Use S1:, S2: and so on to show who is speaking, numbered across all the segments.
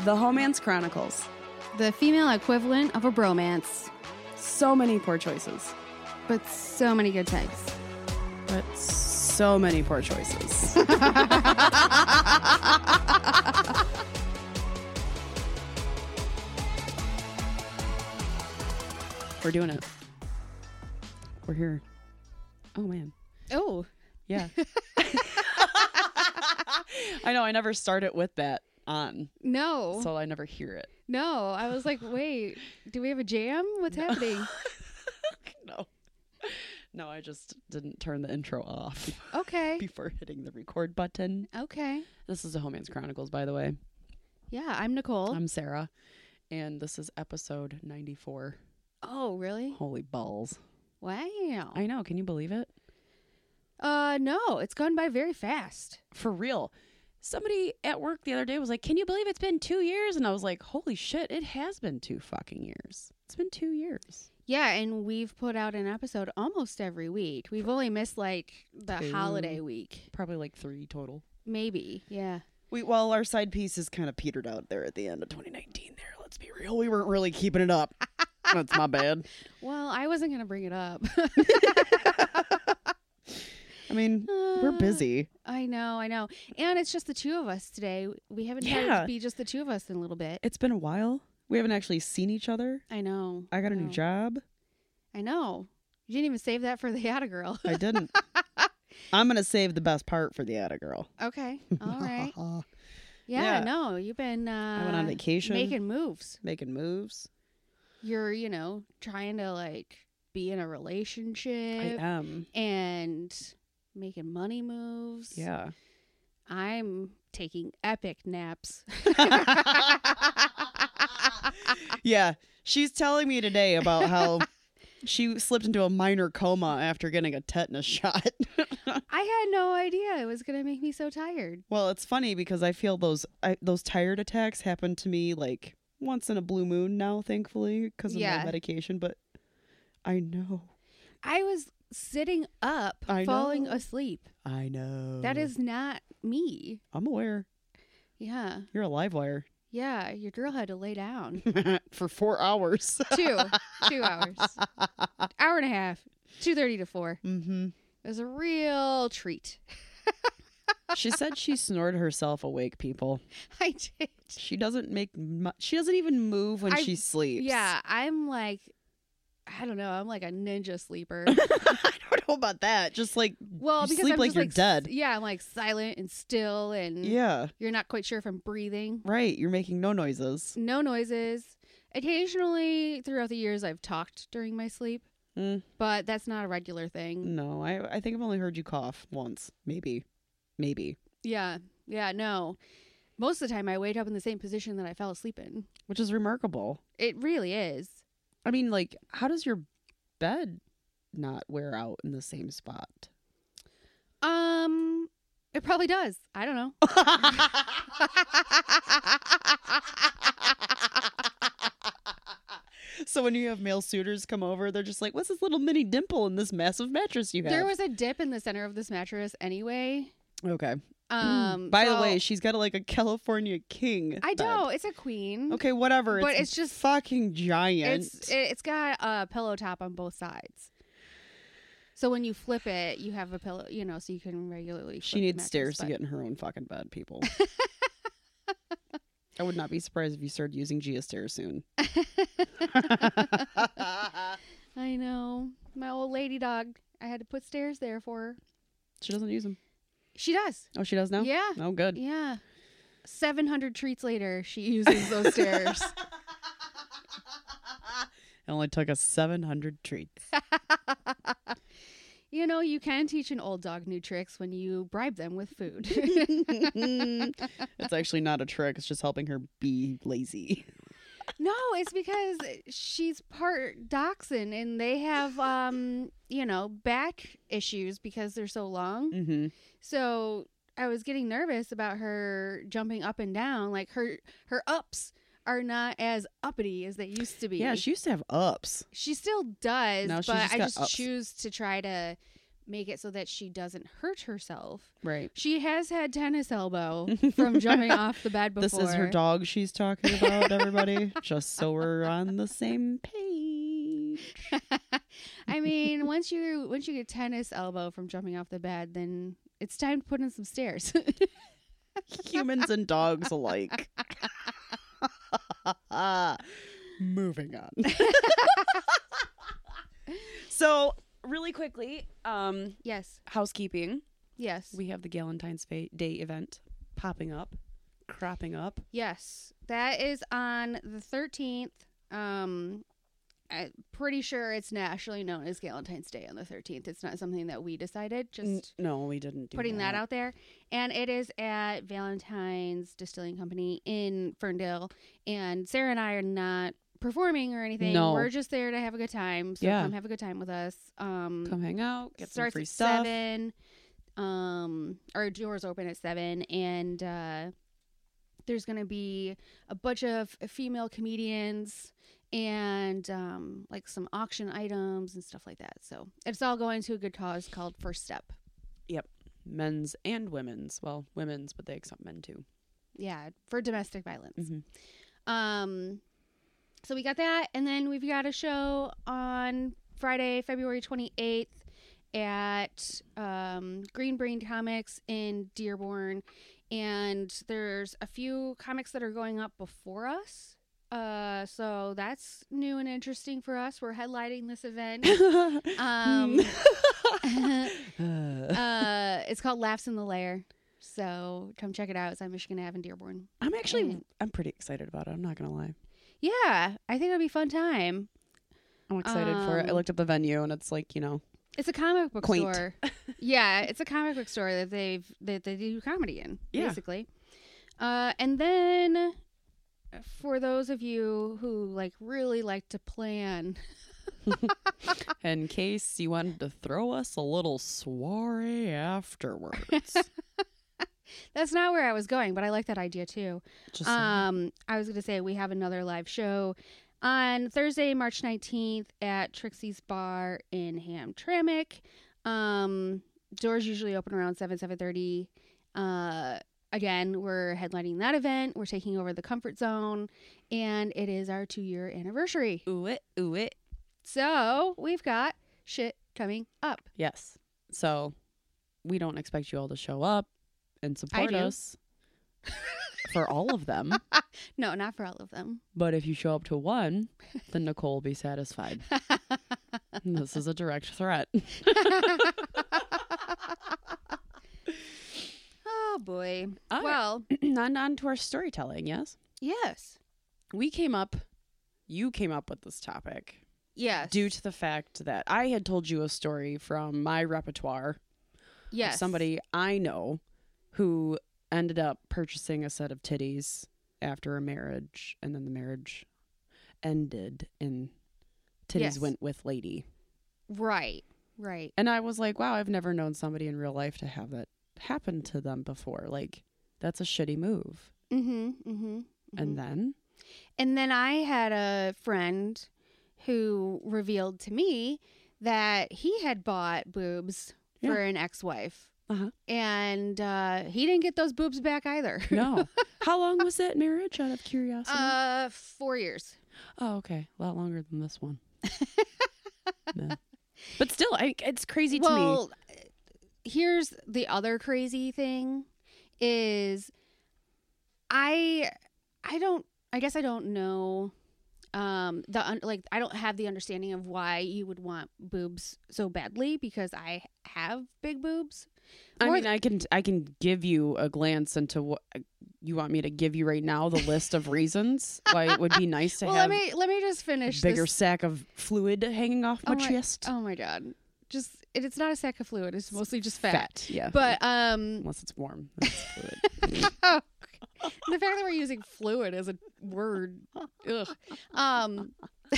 S1: The Homance Chronicles.
S2: The female equivalent of a bromance,
S1: So many poor choices,
S2: but so many good types.
S1: but so many poor choices. We're doing it. We're here. Oh, man.
S2: Oh,
S1: Yeah. I know. I never start it with that on,
S2: no.
S1: so I never hear it.
S2: no, I was like, wait, do we have a jam? What's happening?
S1: No. No, I just didn't turn the intro off
S2: Okay.
S1: before hitting the record button.
S2: Okay.
S1: This is the Homance Chronicles, by the way.
S2: Yeah, I'm Nicole.
S1: I'm Sarah, and this is episode 94.
S2: oh, really?
S1: Holy balls.
S2: Wow.
S1: I know. Can you believe it?
S2: Uh, no, it's gone by very fast.
S1: For real. Somebody at work the other day was like, Can you believe it's been two years? And I was like, Holy shit, it has been two fucking years. It's been two years.
S2: Yeah, and we've put out an episode almost every week. We've only missed like the
S1: Two.
S2: holiday week,
S1: Probably like three total.
S2: maybe. Yeah.
S1: We well, our side pieces kind of petered out there at the end of 2019. There, let's be real, we weren't really keeping it up. That's my bad.
S2: Well, I wasn't gonna bring it up.
S1: I mean, we're
S2: Uh,
S1: busy.
S2: I know, I know. And it's just the two of us today. We haven't had it
S1: Yeah.
S2: to be just the two of us in a little bit.
S1: It's been a while. We haven't actually seen each other.
S2: I know.
S1: I got a new
S2: know.
S1: job.
S2: I know. You didn't even save that for the Yada Girl.
S1: I didn't. I'm gonna save the best part for the Atta girl.
S2: okay. All right. Yeah,
S1: Yeah.
S2: no, you've been uh,
S1: I went on vacation, making,
S2: making moves.
S1: moves.
S2: You're, you know, trying to like be in a relationship
S1: I am.
S2: and making money moves.
S1: Yeah.
S2: I'm taking epic naps.
S1: yeah. She's telling me today about how she slipped into a minor coma after getting a tetanus shot.
S2: I had no idea it was going to make me so tired.
S1: Well, it's funny because I feel those I, those tired attacks happen to me like once in a blue moon now, thankfully, because of
S2: Yeah.
S1: my medication. But I know,
S2: I was sitting up,
S1: I
S2: falling
S1: know.
S2: asleep.
S1: I know.
S2: That is not me.
S1: I'm aware.
S2: Yeah.
S1: You're a live wire
S2: Yeah. Your girl had to lay down.
S1: for four hours.
S2: two. Two hours. Hour and a half. 2.30 to 4.
S1: mm-hmm.
S2: It was a real treat.
S1: She said she snored herself awake. People,
S2: I did.
S1: she doesn't make. Mu- she doesn't even move when
S2: I-
S1: she sleeps.
S2: Yeah. I'm like, I don't know. I'm like a ninja sleeper.
S1: I don't know about that. Just like
S2: Well,
S1: You
S2: because
S1: sleep
S2: I'm
S1: like
S2: just
S1: you're
S2: like s-
S1: dead.
S2: Yeah, I'm like silent and still, and
S1: yeah,
S2: you're not quite sure if I'm breathing.
S1: right. You're making no noises.
S2: No noises. Occasionally, throughout the years, I've talked during my sleep,
S1: Mm.
S2: but that's not a regular thing.
S1: No, I I think I've only heard you cough once, maybe, maybe,
S2: Yeah, yeah, no. Most of the time, I wake up in the same position that I fell asleep in.
S1: which is remarkable.
S2: It really is.
S1: I mean, like, how does your bed not wear out in the same spot?
S2: Um, it probably does. I don't know.
S1: so when you have male suitors come over, they're just like, "What's this little mini dimple in this massive mattress you have?"
S2: There was a dip in the center of this mattress anyway.
S1: okay.
S2: Um,
S1: Hmm. By the
S2: so-
S1: way, she's got a, like a California king.
S2: I
S1: bed.
S2: know it's a queen.
S1: Okay, whatever.
S2: But
S1: it's,
S2: it's just-
S1: fucking giant.
S2: It's it, it's got a pillow top on both sides. So when you flip it, you have a pillow, you know, so you can regularly.
S1: she
S2: flip the
S1: needs
S2: mattress,
S1: stairs to
S2: but-
S1: get in her own fucking bed, people. I would not be surprised if you started using Gia stairs soon.
S2: I know my old lady dog. I had to put stairs there for her.
S1: she doesn't use them.
S2: She does.
S1: Oh, she does now.
S2: Yeah,
S1: Oh, good.
S2: yeah. Seven hundred treats later, she uses those stairs.
S1: It only took us seven hundred treats.
S2: You know, you can teach an old dog new tricks when you bribe them with food.
S1: it's actually not a trick. It's just helping her be lazy.
S2: No, it's because she's part dachshund and they have um, you know, back issues because they're so long.
S1: Mm-hmm.
S2: So I was getting nervous about her jumping up and down. Like her her ups are not as uppity as they used to be.
S1: Yeah, she used to have ups.
S2: she still does,
S1: No, she's
S2: but
S1: just
S2: I
S1: got
S2: just
S1: ups.
S2: choose to try to make it so that she doesn't hurt herself.
S1: Right.
S2: She has had tennis elbow from jumping off the bed before.
S1: This is her dog she's talking about, everybody. Just so we're on the same page.
S2: I mean, once you once you get tennis elbow from jumping off the bed, then it's time to put in some stairs.
S1: Humans and dogs alike. Moving on. so, really quickly, um,
S2: yes.
S1: housekeeping.
S2: Yes.
S1: We have the Galentine's Fa- Day event popping up, cropping up.
S2: Yes, that is on the 13th. Um, I'm pretty sure it's nationally known as Valentine's Day on the 13th. It's not something that we decided, just
S1: N- no, we didn't do
S2: putting that. out there. And it is at Valentine's Distilling Company in Ferndale. And Sarah and I are not performing or anything.
S1: No.
S2: We're just there to have a good time. So
S1: Yeah.
S2: come have a good time with us. Um,
S1: Come hang out, get some
S2: starts
S1: free
S2: at
S1: stuff.
S2: Seven. Um, our doors open at seven, and uh, there's gonna be a bunch of female comedians and um, like some auction items and stuff like that. So it's all going to a good cause called First Step.
S1: Men's and women's. Well, women's, but they accept men too.
S2: Yeah, for domestic violence.
S1: Mhm.
S2: Um, so we got that, and then we've got a show on Friday, February 28th at um, Green Brain Comics in Dearborn, and there's a few comics that are going up before us. Uh, so that's new and interesting for us. We're headlining this event. Um,
S1: Uh,
S2: uh, it's called Laughs in the Lair. So come check it out. It's on Michigan Ave in Dearborn.
S1: I'm actually,
S2: and-
S1: I'm pretty excited about it. I'm not gonna lie.
S2: Yeah, I think it'll be a fun time.
S1: I'm excited for it. I
S2: Um,
S1: looked up the venue and it's like you know,
S2: It's a comic book
S1: Quaint.
S2: store. yeah, it's a comic book store that they've that they do comedy in,
S1: Yeah.
S2: basically. Uh, and then uh, for those of you who like really like to plan,
S1: in case you wanted to throw us a little soiree afterwards.
S2: that's not where I was going, but I like that idea too.
S1: Just
S2: Um, I was going to say we have another live show on Thursday, March 19th at Trixie's Bar in Hamtramck. Um, doors usually open around 7, 7.30. Uh, again, we're headlining that event. We're taking over the comfort zone, and it is our two-year anniversary.
S1: ooh it, ooh it.
S2: So we've got shit coming up.
S1: Yes. So we don't expect you all to show up and support
S2: do.
S1: us for all of them.
S2: No, not for all of them.
S1: But if you show up to one, then Nicole will be satisfied. this is a direct threat.
S2: oh, boy.
S1: All right.
S2: Well,
S1: Uh, on, on to our storytelling, yes?
S2: yes.
S1: We came up, you came up with this topic
S2: Yes.
S1: due to the fact that I had told you a story from my repertoire of
S2: yes.
S1: somebody I know who ended up purchasing a set of titties after a marriage, and then the marriage ended, and titties
S2: Yes.
S1: went with lady.
S2: Right. Right.
S1: And I was like, wow, I've never known somebody in real life to have that happen to them before. Like, that's a shitty move.
S2: Mm-hmm. Mm-hmm.
S1: And then,
S2: And then I had a friend who revealed to me that he had bought boobs for an ex-wife.
S1: Uh-huh.
S2: And uh, he didn't get those boobs back either.
S1: no. How long was that marriage out of curiosity?
S2: uh, four years.
S1: oh, okay. A lot longer than this one. no. But still, I, it's crazy to me.
S2: well, here's the other crazy thing is I I don't I guess I don't know um the un- like I don't have the understanding of why you would want boobs so badly because I have big boobs.
S1: I
S2: More
S1: mean, I can I can give you a glance into what uh, you want me to give you right now. The list of reasons why it would be nice to
S2: well,
S1: have
S2: let me let me just
S1: a
S2: finish
S1: bigger
S2: this.
S1: sack of fluid hanging off my
S2: Oh my-
S1: chest.
S2: Oh my god. Just it, it's not a sack of fluid, it's mostly just fat.
S1: yeah.
S2: But um
S1: unless it's warm, then it's fluid.
S2: Oh, the fact that we're using fluid as a word. Ugh. Um.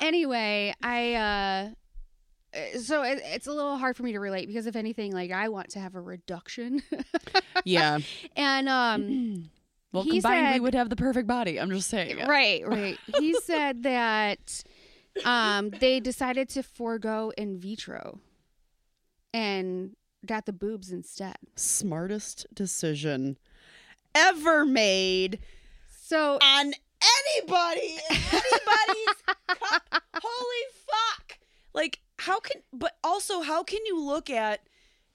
S2: anyway, I. Uh, uh, so it, it's a little hard for me to relate because if anything, like I want to have a reduction,
S1: yeah.
S2: and um.
S1: Well,
S2: He
S1: combined, we
S2: said-
S1: would have the perfect body. I'm just saying.
S2: Right, right. He said that um, they decided to forego in vitro and got the boobs instead.
S1: Smartest decision ever made
S2: So
S1: on anybody in anybody's cup. Holy fuck. Like, how can, but also, how can you look at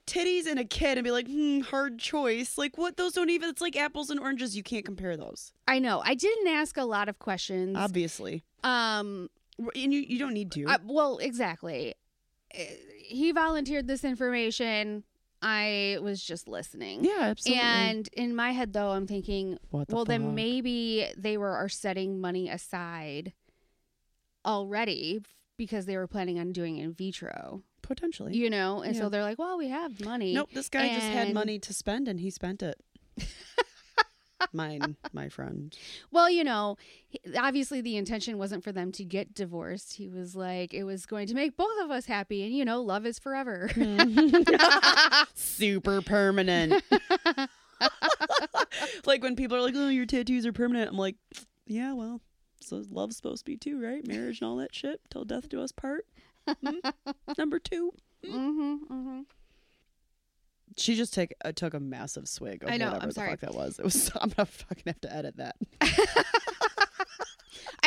S1: titties and a kid and be like, hmm, hard choice? Like, what? Those don't even, it's like apples and oranges. You can't compare those.
S2: I know I didn't ask a lot of questions.
S1: Obviously.
S2: um,
S1: And you, you don't need to.
S2: I, well, exactly. Uh, He volunteered this information. I was just listening.
S1: yeah, absolutely.
S2: And in my head, though, I'm thinking,
S1: what
S2: well, then
S1: fuck?
S2: maybe they were are setting money aside already f- because they were planning on doing in vitro,
S1: Potentially.
S2: you know, and
S1: Yeah.
S2: so they're like, well, we have money.
S1: Nope, this guy just had
S2: And-
S1: money to spend and he spent it. Mine, my friend.
S2: Well, you know, he- obviously the intention wasn't for them to get divorced. He was like, it was going to make both of us happy, and you know, love is forever.
S1: Super permanent. like when people are like, oh, your tattoos are permanent. I'm like, yeah, well, so love's supposed to be too, right? Marriage and all that shit. Till death do us part. Hmm? Number two.
S2: hmm hmm
S1: She just take, uh, took a massive swig of
S2: I know,
S1: whatever
S2: I'm
S1: the
S2: sorry.
S1: fuck that was. It was. I'm gonna fucking have to edit that.
S2: I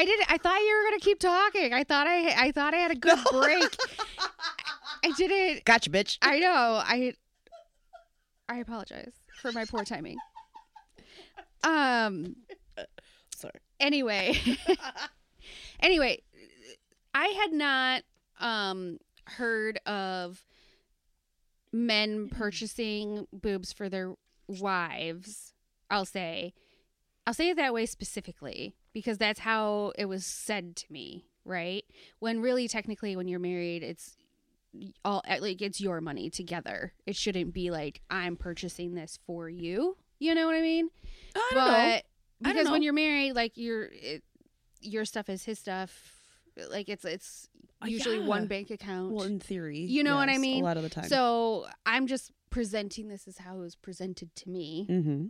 S2: did. I thought you were gonna keep talking. I thought I. I thought I had a good break. I didn't.
S1: Gotcha, bitch.
S2: I know. I. I apologize for my poor timing. Um.
S1: Sorry.
S2: Anyway. anyway, I had not um heard of men purchasing boobs for their wives. I'll say, I'll say it that way specifically because that's how it was said to me. Right? When really, technically, when you're married, it's all like it's your money together. It shouldn't be like I'm purchasing this for you. You know what I mean?
S1: I don't know.
S2: but
S1: don't
S2: because when
S1: know.
S2: you're married, like you're, it, your stuff is his stuff. Like it's it's usually
S1: Uh, Yeah.
S2: one bank account.
S1: Well, in theory,
S2: You know what I
S1: yes,
S2: mean?
S1: A lot of the time.
S2: so I'm just presenting this as how it was presented to me.
S1: Mm-hmm.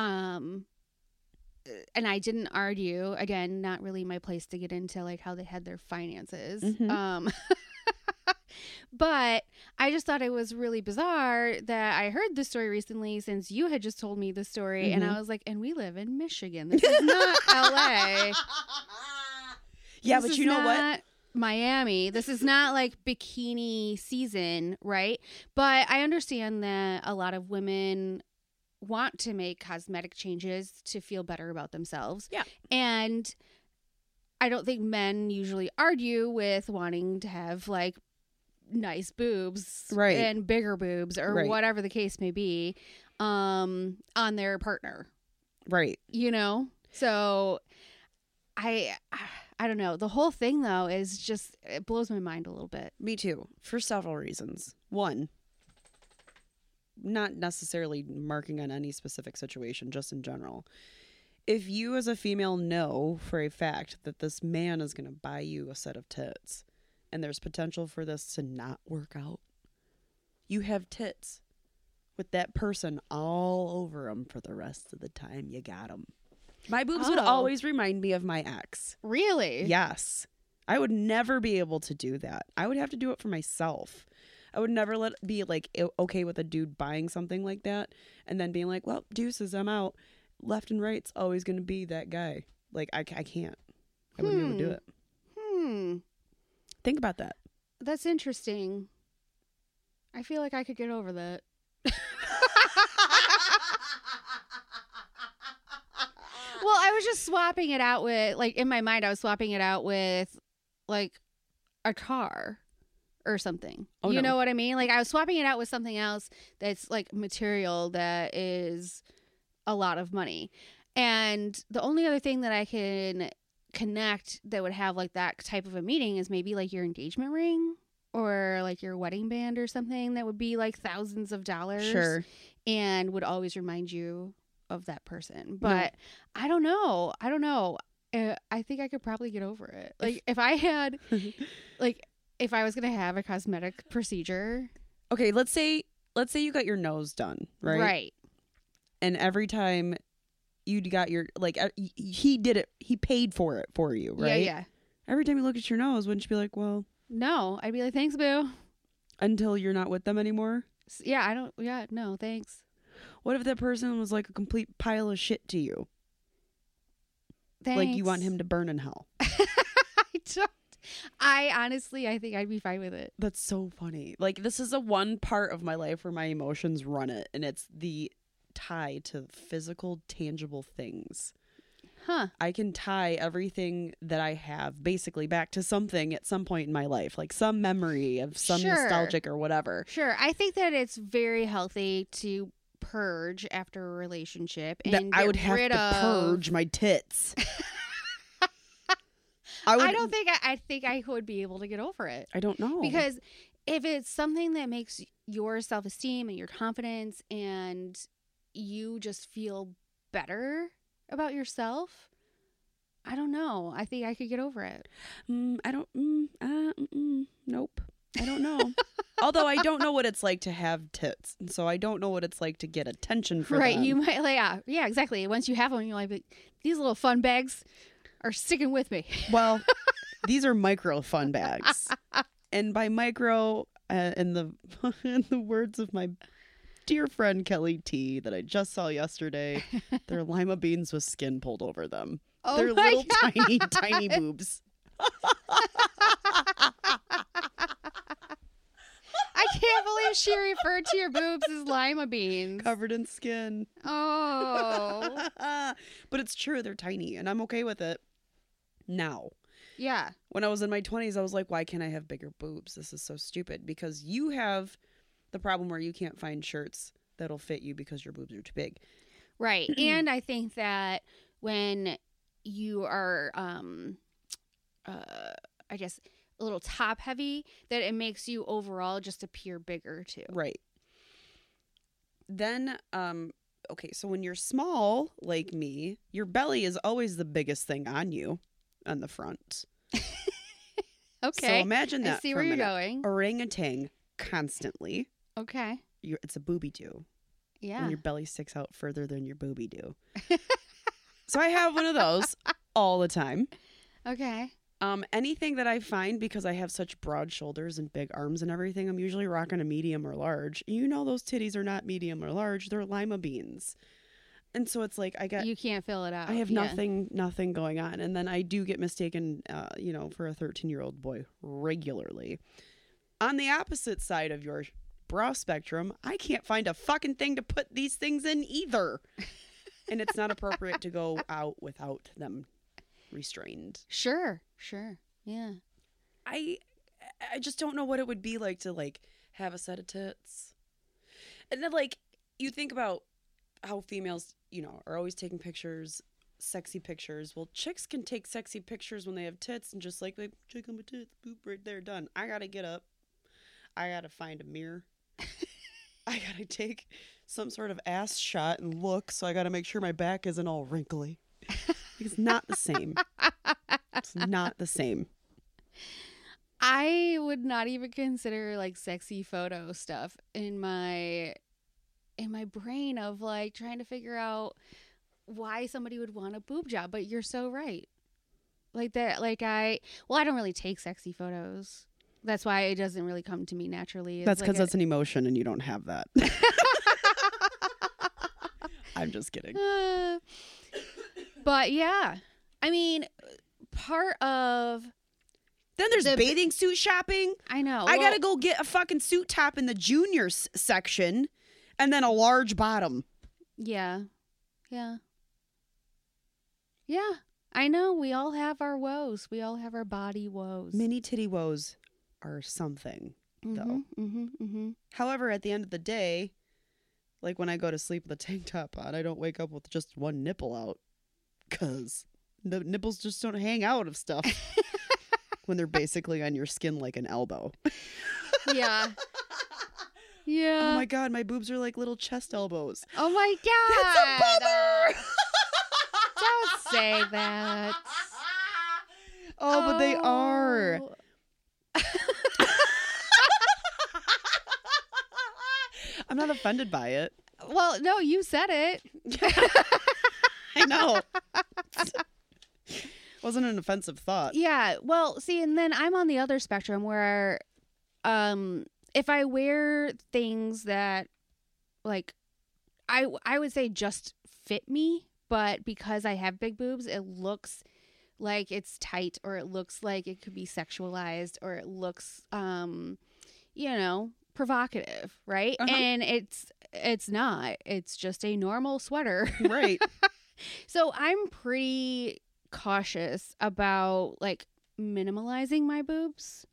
S2: Um, and I didn't argue. Again, not really my place to get into like how they had their finances.
S1: Mhm.
S2: Um. But I just thought it was really bizarre that I heard this story recently since you had just told me the story. And I was like, and we live in Michigan. This is not LA.
S1: Yeah,
S2: This
S1: but
S2: is
S1: you know what?
S2: not Miami. This is not like bikini season, right? But I understand that a lot of women want to make cosmetic changes to feel better about themselves.
S1: Yeah.
S2: And I don't think men usually argue with wanting to have like nice boobs
S1: Right.
S2: and bigger boobs or
S1: Right.
S2: whatever the case may be um on their partner
S1: Right.
S2: you know so i i don't know the whole thing though is just it blows my mind a little bit
S1: Me too. For several reasons. One, not necessarily marking on any specific situation, just in general. If you as a female know for a fact that this man is going to buy you a set of tits and there's potential for this to not work out, you have tits with that person all over them for the rest of the time you got them. My boobs would
S2: Oh.
S1: always remind me of my ex.
S2: really
S1: Yes. I would never be able to do that. I would have to do it for myself. I would never let be like o- okay with a dude buying something like that and then being like, "Well, deuces, I'm out." Left and right's always going to be that guy. Like I, c- I can't. I wouldn't be able to do
S2: Hmm.
S1: it.
S2: hmm
S1: Think about that.
S2: that's interesting i feel like i could get over that well i was just swapping it out with like in my mind i was swapping it out with like a car or something
S1: Oh,
S2: you
S1: no.
S2: know what i mean like i was swapping it out with something else that's like material that is a lot of money and the only other thing that i can connect that would have like that type of a meeting is maybe like your engagement ring or like your wedding band or something that would be like thousands of dollars and would always remind you of that person. But I don't know. I don't know. Uh, I think I could probably get over it. Like if I had, like if I was gonna have a cosmetic procedure,
S1: Okay, let's say let's say you got your nose done, right? And every time e, you got your like uh, y- he did it, he paid for it for you, right?
S2: Yeah, yeah.
S1: every time you look at your nose, wouldn't you be like, well,
S2: No, I'd be like, thanks, boo.
S1: until you're not with them anymore?
S2: S- Yeah, I don't. Yeah, no, thanks.
S1: What if that person was like a complete pile of shit to you?
S2: Thanks.
S1: Like you want him to burn in hell.
S2: I don't. I honestly, I think I'd be fine with it.
S1: That's so funny. Like this is the one part of my life where my emotions run it, and it's the tie to physical, tangible things.
S2: Huh.
S1: I can tie everything that I have basically back to something at some point in my life, like some memory of some
S2: Sure.
S1: nostalgic or whatever.
S2: Sure. I think that it's very healthy to purge after a relationship and
S1: that I
S2: get
S1: would have
S2: rid
S1: to
S2: of-
S1: purge my tits. I
S2: I,
S1: would. Oh.
S2: don't think I, I think I would be able to get over it
S1: I don't know
S2: because if it's something that makes your self esteem and your confidence and you just feel better about yourself, I don't know. I think I could get over it.
S1: Mm, I don't. Mm, uh, mm-mm, nope. I don't know. Although I don't know what it's like to have tits, and so I don't know what it's like to get attention for
S2: right?
S1: them.
S2: You might like yeah, yeah, exactly. Once you have them, you're like "But these little fun bags are sticking with me.
S1: Well, these are micro fun bags, and by micro, uh, in the in the words of my dear friend Kelly T, that I just saw yesterday, they're lima beans with skin pulled over them.
S2: Oh
S1: they're
S2: my
S1: little
S2: God.
S1: tiny tiny boobs.
S2: I can't believe she referred to your boobs as lima beans.
S1: Covered in skin.
S2: Oh,
S1: but it's true, they're tiny, and I'm okay with it now.
S2: yeah.
S1: when I was in my 20s, I was like, why can't I have bigger boobs? This is so stupid because you have the problem where you can't find shirts that'll fit you because your boobs are too big.
S2: Right. and I think that when you are, um, uh, I guess, a little top heavy, that it makes you overall just appear bigger too.
S1: Right. Then, um, okay, so when you're small, like me, your belly is always the biggest thing on you on the front. So
S2: Okay.
S1: imagine
S2: I
S1: that.
S2: see
S1: for
S2: where
S1: a
S2: you're
S1: minute.
S2: going.
S1: Orangutan constantly.
S2: Okay.
S1: You're, it's a booby do.
S2: Yeah.
S1: when your belly sticks out further than your booby do. so I have one of those all the time.
S2: Okay.
S1: Um, anything that I find because I have such broad shoulders and big arms and everything, I'm usually rocking a medium or large. You know those titties are not medium or large; they're lima beans, and so it's like I got
S2: You can't fill it out.
S1: I have
S2: Yeah.
S1: nothing nothing going on, and then I do get mistaken, uh, you know, for a 13 year old boy regularly. On the opposite side of your bra spectrum, I can't find a fucking thing to put these things in either, and it's not appropriate to go out without them restrained.
S2: Sure. Sure. Yeah.
S1: I I just don't know what it would be like to like have a set of tits. And then like you think about how females, you know, are always taking pictures, sexy pictures. Well, chicks can take sexy pictures when they have tits and just like, like check out my tits, boop right there, done. I gotta get up. I gotta find a mirror. I gotta take some sort of ass shot and look, so I gotta make sure my back isn't all wrinkly. It's not the same. it's not the same.
S2: I would not even consider like sexy photo stuff in my in my brain of like trying to figure out why somebody would want a boob job, but you're so right. Like that like I well, I don't really take sexy photos. That's why it doesn't really come to me naturally. It's
S1: That's
S2: like
S1: because
S2: a-
S1: that's an emotion and you don't have that. I'm just kidding.
S2: Uh, but yeah. I mean, part of
S1: Then there's
S2: The-
S1: bathing suit shopping.
S2: I know.
S1: I
S2: well-
S1: gotta go get a fucking suit top in the juniors section, and then a large bottom.
S2: Yeah. Yeah. Yeah. I know. We all have our woes. We all have our body woes.
S1: Mini titty woes are something.
S2: Mhm, mhm, mhm.
S1: However, at the end of the day, like when I go to sleep with a tank top on, I don't wake up with just one nipple out, cause the nipples just don't hang out of stuff when they're basically on your skin like an elbow.
S2: Yeah. yeah.
S1: Oh my god, my boobs are like little chest elbows.
S2: Oh my God. Don't say that.
S1: Oh, but they are.
S2: Oh.
S1: I'm not offended by it.
S2: Well, no, you said it.
S1: I know. Wasn't an offensive thought.
S2: Yeah. Well, see, and then I'm on the other spectrum where um if I wear things that like I I would say just fit me, but because I have big boobs, it looks like it's tight or it looks like it could be sexualized or it looks um you know, provocative, right?
S1: Uh-huh.
S2: And it's it's not. It's just a normal sweater.
S1: Right.
S2: So I'm pretty cautious about like minimalizing my boobs.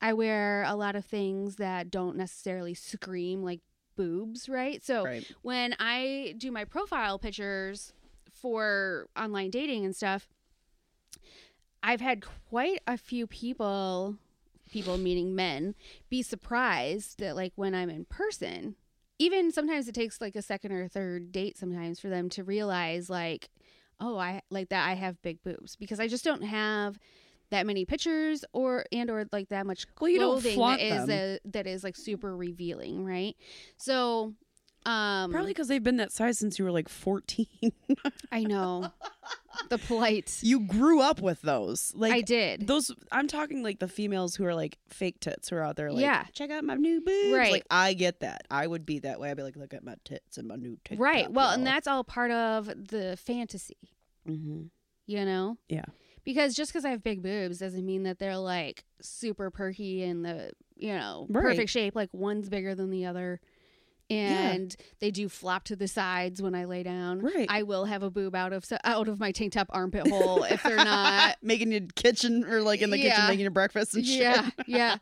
S2: I wear a lot of things that don't necessarily scream like boobs, right? So
S1: right.
S2: when I do my profile pictures for online dating and stuff, I've had quite a few people, people meaning men, be surprised that like when I'm in person, even sometimes it takes like a second or third date sometimes for them to realize like, oh, I like that I have big boobs because I just don't have that many pictures or and or like that much
S1: Well, you don't
S2: clothing
S1: flaunt
S2: that is
S1: them.
S2: a, that is like super revealing, right? So um
S1: Probably because they've been that size since you were like 14.
S2: I know. the polite.
S1: you grew up with those. Like
S2: I did.
S1: those I'm talking like the females who are like fake tits who are out there like
S2: Yeah.
S1: check out my new boobs.
S2: Right.
S1: Like I get that. I would be that way. I'd be like, look at my tits and my new tits.
S2: right. Well, and that's all part of the fantasy,
S1: hmm
S2: you know?
S1: Yeah.
S2: Because just because I have big boobs doesn't mean that they're like super perky and the, you know,
S1: Right.
S2: perfect shape. Like one's bigger than the other. And they do flop to the sides when I lay down.
S1: Right.
S2: I will have a boob out of out of my tank top armpit hole if they're not.
S1: making your kitchen or like in the kitchen
S2: Yeah.
S1: making your breakfast and shit.
S2: yeah, yeah.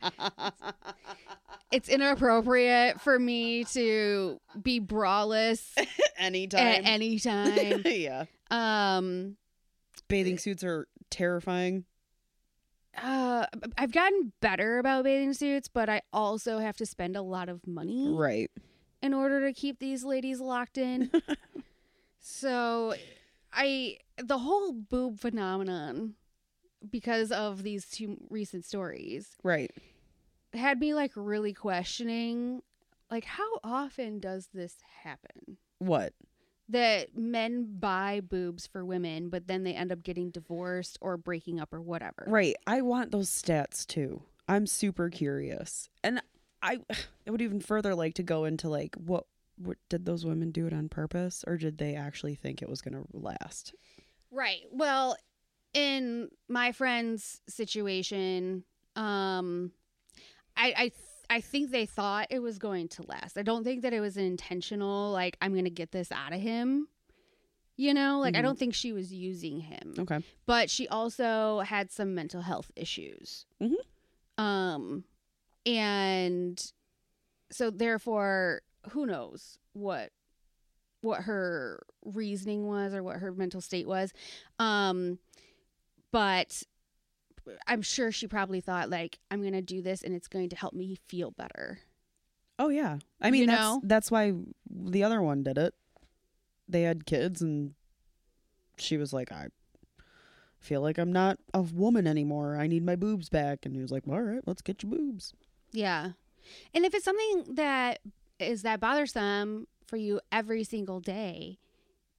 S2: It's inappropriate for me to be braless
S1: Anytime.
S2: at any time.
S1: yeah.
S2: um,
S1: Bathing suits are terrifying.
S2: uh, I've gotten better about bathing suits, but I also have to spend a lot of money
S1: Right.
S2: in order to keep these ladies locked in. so, I the whole boob phenomenon because of these two recent stories
S1: Right.
S2: had me like really questioning like how often does this happen
S1: What?
S2: that men buy boobs for women but then they end up getting divorced or breaking up or whatever
S1: Right. I want those stats too. I'm super curious. And I I would even further like to go into like what what did those women do it on purpose or did they actually think it was going to last?
S2: Right. Well, in my friend's situation, um I I th- I think they thought it was going to last. I don't think that it was an intentional like I'm going to get this out of him. You know, like I
S1: Mhm.
S2: don't think she was using him.
S1: Okay.
S2: But she also had some mental health issues. Um and so therefore who knows what what her reasoning was or what her mental state was um but i'm sure she probably thought like i'm going to do this and it's going to help me feel better
S1: Oh yeah. I mean
S2: You
S1: that's
S2: know?
S1: that's why the other one did it. They had kids and she was like I feel like I'm not a woman anymore. I need my boobs back and he was like, "All right, let's get your boobs."
S2: yeah and if it's something that is that bothersome for you every single day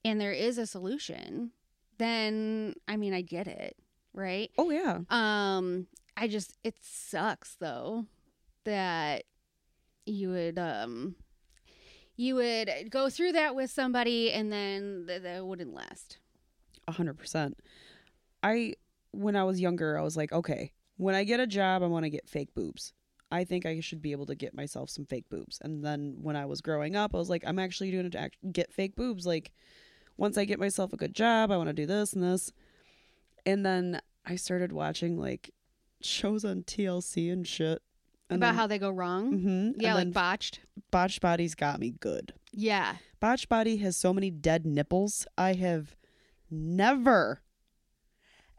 S2: and there is a solution then i mean i get it right
S1: Oh yeah.
S2: Um, I just it sucks though that you would um you would go through that with somebody and then th- that wouldn't last.
S1: A hundred percent. I when I was younger, I was like, okay, when I get a job, I want to get fake boobs. I think I should be able to get myself some fake boobs. And then when I was growing up, I was like, I'm actually going to act- get fake boobs. Like once I get myself a good job, I want to do this and this. And then I started watching like shows on TLC and shit. And
S2: About
S1: then,
S2: how they go wrong.
S1: hmm and
S2: Yeah, like
S1: then
S2: botched.
S1: botched bodies got me good.
S2: Yeah.
S1: Botch Body has so many dead nipples. I have never,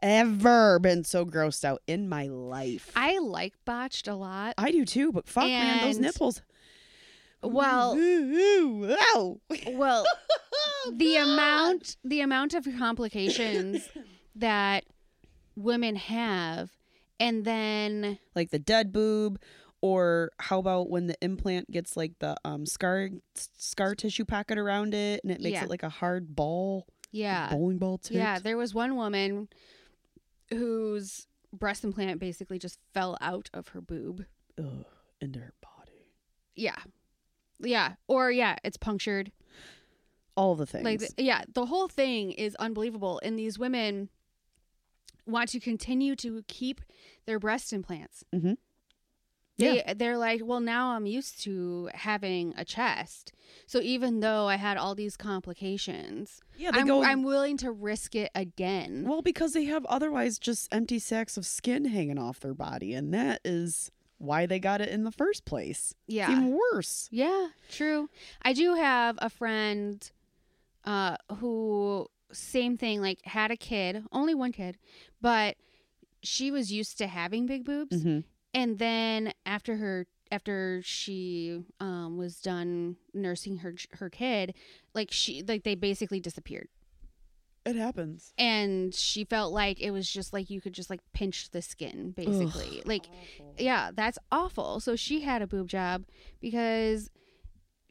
S1: ever been so grossed out in my life.
S2: I like botched a lot.
S1: I do too, but fuck, man, those
S2: And-
S1: nipples. Mm-hmm.
S2: Well-
S1: Ooh, ooh, ow.
S2: Well,
S1: Oh,
S2: the
S1: God.
S2: amount the amount of complications that women have and then
S1: like the dead boob, or how about when the implant gets like the um scar scar tissue pocket around it, and it makes
S2: Yeah.
S1: it like a hard ball, like
S2: yeah.
S1: bowling ball too.
S2: Yeah, there was one woman whose breast implant basically just fell out of her boob.
S1: Ugh, into her body.
S2: Yeah. Yeah. Or yeah, it's punctured.
S1: All the things.
S2: Like th- yeah, the whole thing is unbelievable and these women want to continue to keep their breast implants.
S1: Mhm.
S2: They, they're like, well, now I'm used to having a chest. So even though I had all these complications,
S1: yeah, they
S2: I'm,
S1: go.
S2: I'm willing to risk it again.
S1: well, because they have otherwise just empty sacks of skin hanging off their body, and that is why they got it in the first place.
S2: yeah.
S1: It's even worse.
S2: Yeah, true. I do have a friend uh who same thing like had a kid, only one kid, but she was used to having big boobs
S1: Mhm.
S2: and then after her after she um was done nursing her her kid, like she like they basically disappeared.
S1: It happens.
S2: And she felt like it was just like you could just like pinch the skin basically. Like yeah, that's awful. So she had a boob job because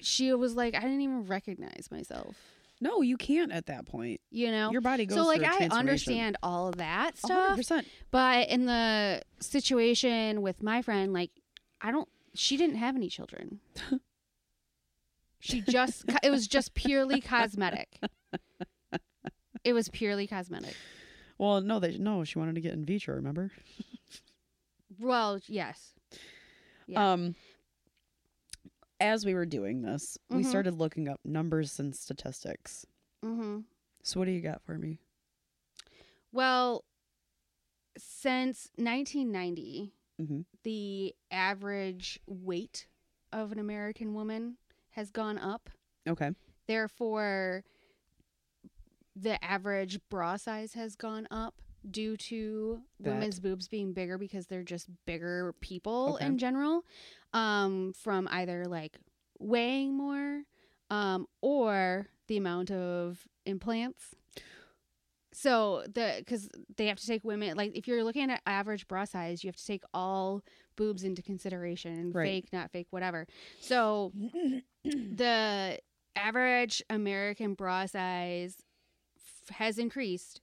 S2: she was like, I didn't even recognize myself.
S1: No, you can't at that point.
S2: You know?
S1: Your body goes.
S2: So like
S1: through a
S2: I
S1: transformation.
S2: understand all of that
S1: A hundred
S2: stuff.
S1: percent.
S2: But in the situation with my friend, like I don't she didn't have any children. she just it was just purely cosmetic. It was purely cosmetic.
S1: Well, no, they no. She wanted to get in vitro. Remember?
S2: Well, yes. Yeah.
S1: Um, as we were doing this, we
S2: Mhm.
S1: started looking up numbers and statistics.
S2: Mm-hmm.
S1: So, what do you got for me?
S2: Well, since 1990,
S1: Mhm.
S2: the average weight of an American woman has gone up.
S1: Okay.
S2: Therefore, the average bra size has gone up due to
S1: That-
S2: women's boobs being bigger because they're just bigger people
S1: Okay.
S2: in general um, from either like weighing more um, or the amount of implants. So the because they have to take women like if you're looking at average bra size, you have to take all boobs into consideration,
S1: Right.
S2: fake, not fake, whatever. So the average American bra size f- has increased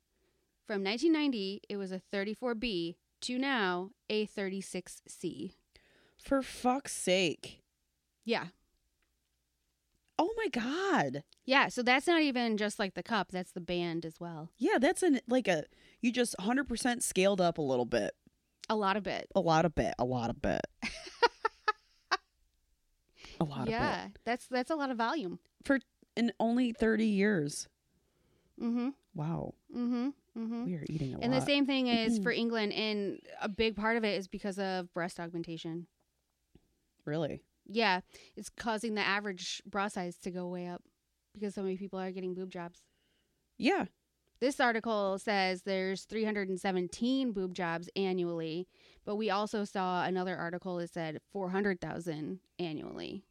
S2: from 1990. It was a 34B to now a 36C.
S1: For fuck's sake!
S2: Yeah,
S1: Oh my god!
S2: yeah. So that's not even just like the cup; that's the band as well.
S1: Yeah, that's an like a you just hundred percent scaled up a little bit,
S2: A lot of it.
S1: a lot of bit, a lot of bit, a lot of bit,
S2: yeah, that's that's a lot of volume.
S1: in only thirty years.
S2: Mm-hmm.
S1: Wow,
S2: Mm-hmm. Mm-hmm.
S1: we are eating a
S2: And
S1: lot. Mm-hmm.
S2: the same thing is for England, and a big part of it is because of breast augmentation.
S1: really?
S2: Yeah, it's causing the average bra size to go way up because so many people are getting boob jobs.
S1: Yeah.
S2: This article says there's 317 boob jobs annually, but we also saw another article that said 400,000 annually.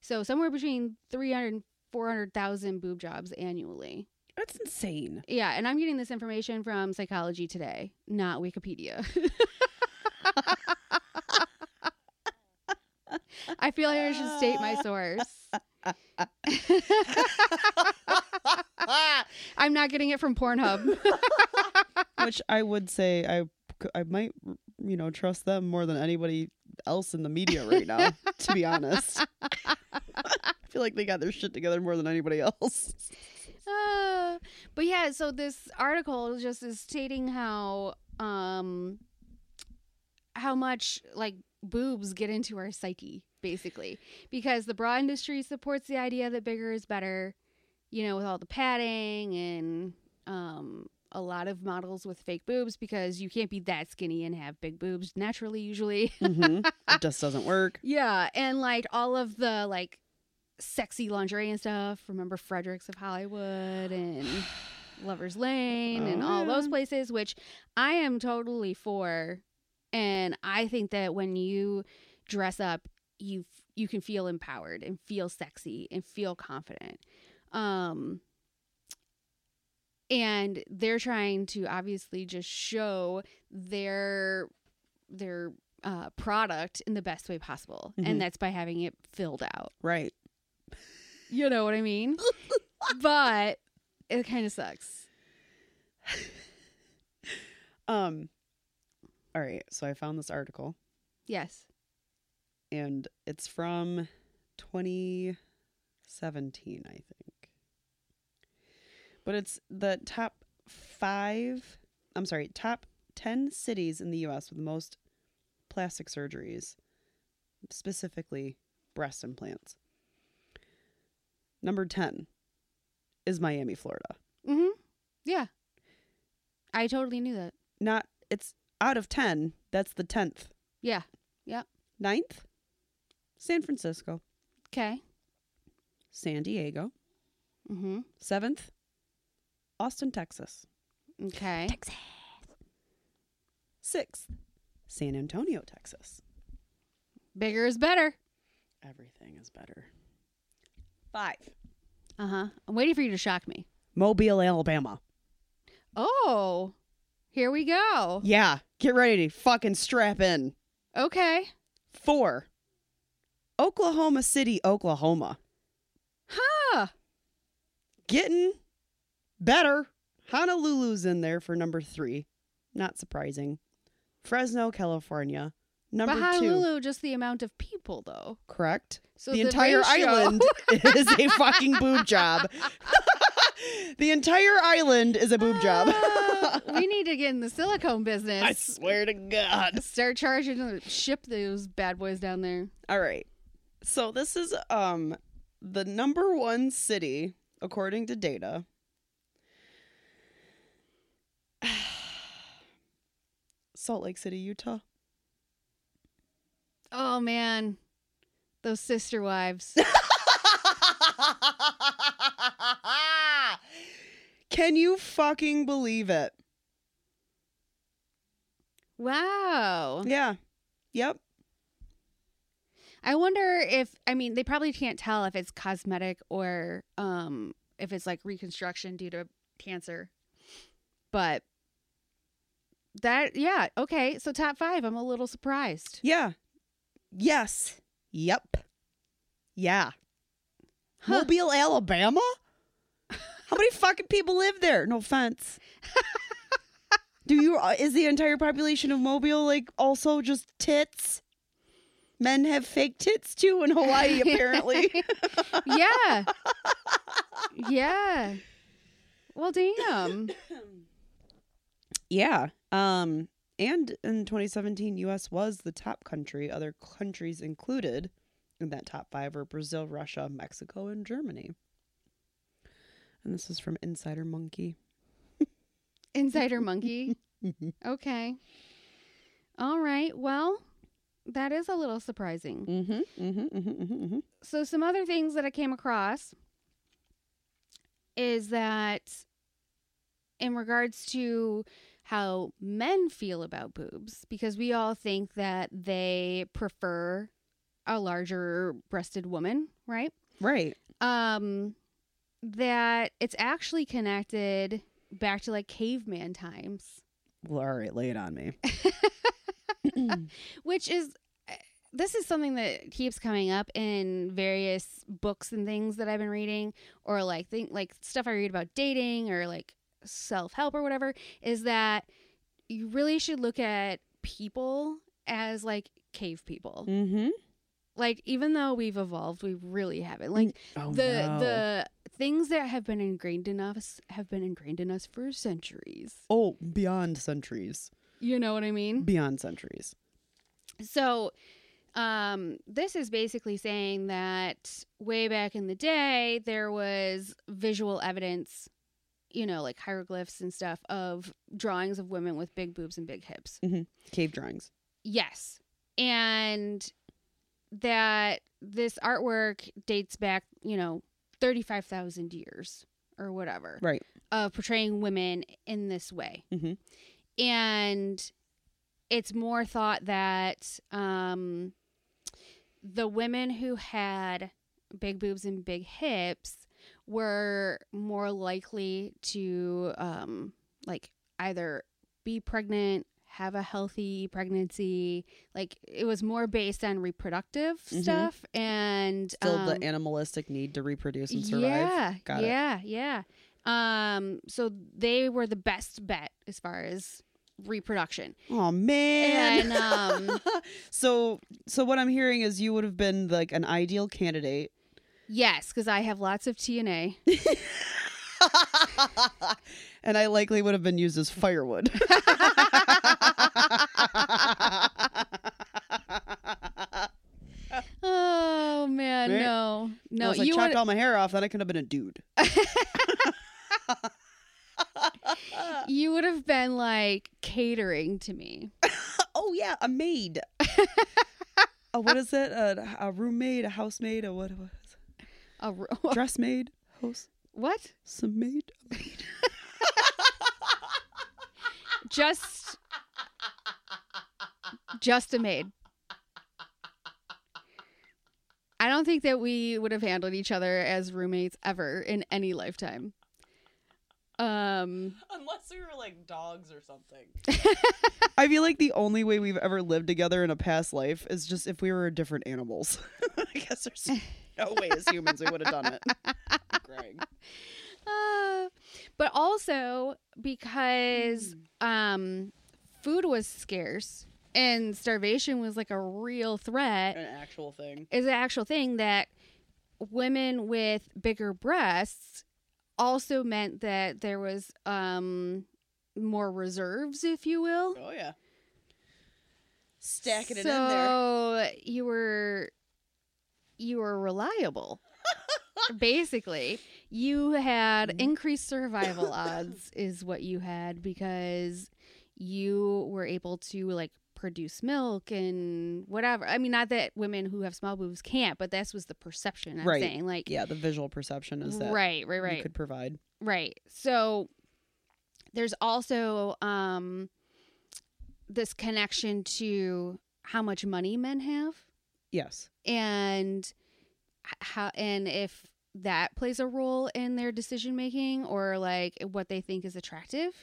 S2: So somewhere between 300 and 400,000 boob jobs annually.
S1: That's insane.
S2: Yeah, and I'm getting this information from Psychology Today, not Wikipedia. I feel like I should state my source. I'm not getting it from Pornhub.
S1: Which I would say I I might you know trust them more than anybody else in the media right now. to be honest, I feel like they got their shit together more than anybody else.
S2: Uh, but yeah, so this article just is stating how um how much like boobs get into our psyche basically because the bra industry supports the idea that bigger is better, you know, with all the padding and um a lot of models with fake boobs because you can't be that skinny and have big boobs naturally usually.
S1: Mhm. It just doesn't work.
S2: Yeah, and like all of the like sexy lingerie and stuff. Remember Fredericks of Hollywood and Lovers Lane and
S1: Oh,
S2: all those
S1: yeah.
S2: places, which I am totally for. And I think that when you dress up, you you can feel empowered and feel sexy and feel confident. Um and they're trying to obviously just show their their uh, product in the best way possible,
S1: Mhm.
S2: and that's by having it filled out.
S1: Right.
S2: You know what I mean? but it kind of sucks.
S1: Um all right, so I found this article
S2: Yes.
S1: and it's from 2017, I think. But it's the top 5, I'm sorry, top 10 cities in the US with the most plastic surgeries, specifically breast implants. Number 10 is Miami, Florida.
S2: Mm-hmm. Yeah. I totally knew that.
S1: Not it's out of 10, that's the 10th.
S2: Yeah.
S1: Ninth, San Francisco,
S2: Okay.
S1: San Diego.
S2: Mm-hmm.
S1: Seventh, Austin, Texas.
S2: Okay.
S1: Texas. Sixth, San Antonio, Texas.
S2: Bigger is better.
S1: Everything is better. Five,
S2: Uh-huh. I'm waiting for you to shock me.
S1: Mobile, Alabama.
S2: Oh. Here we go.
S1: Yeah, get ready to fucking strap in.
S2: Okay.
S1: Four, Oklahoma City, Oklahoma.
S2: Huh.
S1: Getting better. Honolulu's in there for number three. Not surprising. Fresno, California. Number
S2: but
S1: two.
S2: Honolulu, just the amount of people though.
S1: Correct.
S2: So
S1: the, entire
S2: ratio-
S1: island is a fucking boob job. the entire island is a boob job.
S2: Ah, we need to get in the silicone business.
S1: I swear to God.
S2: Start charging to ship those bad boys down there.
S1: All right. So this is um the number one city according to data. Salt Lake City, Utah.
S2: Oh man. Those sister wives.
S1: Can you fucking believe it?
S2: wow.
S1: Yeah. Yep.
S2: I wonder if I mean they probably can't tell if it's cosmetic or um if it's like reconstruction due to cancer. But that yeah, okay. So top 5, I'm a little surprised.
S1: Yeah. Yes. Yep. Yeah.
S2: Huh.
S1: Mobile, Alabama? How many fucking people live there? No offense. Do you uh, is the entire population of Mobile like also just tits? Men have fake tits too in Hawaii apparently.
S2: yeah. Yeah. Well, damn.
S1: yeah. Um and in 2017 US was the top country. Other countries included in that top 5 are Brazil, Russia, Mexico, and Germany. And this is from Insider Monkey. Mm-hmm,
S2: Insider monkey. Okay. All right. Well, that is a little surprising.
S1: Mm-hmm. Mm-hmm. Mm-hmm. Mm-hmm.
S2: So, some other things that I came across is that in regards to how men feel about boobs, because we all think that they prefer a larger breasted woman, right?
S1: Right.
S2: um that it's actually connected back to like caveman times
S1: Well, all right, lay it on me.
S2: which is eh, this is something that keeps coming up in various books and things that I've been reading or like think like stuff I read about dating or like self-help or whatever is that you really should look at people as like cave people.
S1: mm-hmm.
S2: Like even though we've evolved, we really haven't. Like
S1: Oh,
S2: the
S1: no.
S2: the things that have been ingrained in us have been ingrained in us for centuries.
S1: oh, beyond centuries,
S2: You know what I mean?
S1: beyond centuries.
S2: So um this is basically saying that way back in the day there was visual evidence, you know, like hieroglyphs and stuff of drawings of women with big boobs and big hips.
S1: Cave drawings.
S2: Yes. And that this artwork dates back, you know, 35,000 years or whatever.
S1: Right.
S2: Of portraying women in this way.
S1: Mhm.
S2: And it's more thought that um, the women who had big boobs and big hips were more likely to um, like either be pregnant, have a healthy pregnancy. Like it was more based on reproductive
S1: Mhm.
S2: stuff and
S1: Still
S2: um,
S1: the animalistic need to reproduce and survive.
S2: yeah,
S1: Got it.
S2: yeah, yeah. Um, so they were the best bet as far as reproduction.
S1: Oh man.
S2: And um,
S1: so so what I'm hearing is you would have been like an ideal candidate.
S2: yes, because I have lots of TNA.
S1: and I likely would have been used as firewood.
S2: Oh man,
S1: Right.
S2: no, no,
S1: Unless I
S2: you
S1: chopped
S2: would
S1: all my hair off, then I could have been a dude.
S2: you would have been like catering to me.
S1: Oh yeah, a maid. Uh, what is it? A, a roommate, a housemaid, a what? what is
S2: A ro-
S1: it? Dress maid, host,
S2: what?
S1: some maid.
S2: Just, just a maid. I don't think that we would have handled each other as roommates ever in any lifetime. Um,
S1: Unless we were like dogs or something. I feel like the only way we've ever lived together in a past life is just if we were different animals. I guess there's no way as humans we would have done it. Greg.
S2: uh, but also because um, food was scarce and starvation was like a real threat.
S1: An actual thing.
S2: is an actual thing that women with bigger breasts also meant that there was um more reserves if you will
S1: Oh yeah.
S2: so you were you were reliable basically you had
S1: Mhm.
S2: increased survival odds is what you had because you were able to like produce milk and whatever i mean not that women who have small boobs can't but this was the perception i'm
S1: Right.
S2: saying like
S1: Yeah, the visual perception is that
S2: right right
S1: you
S2: right
S1: could provide.
S2: Right. So there's also um this connection to how much money men have
S1: Yes.
S2: and h- how and if that plays a role in their decision making or like what they think is attractive.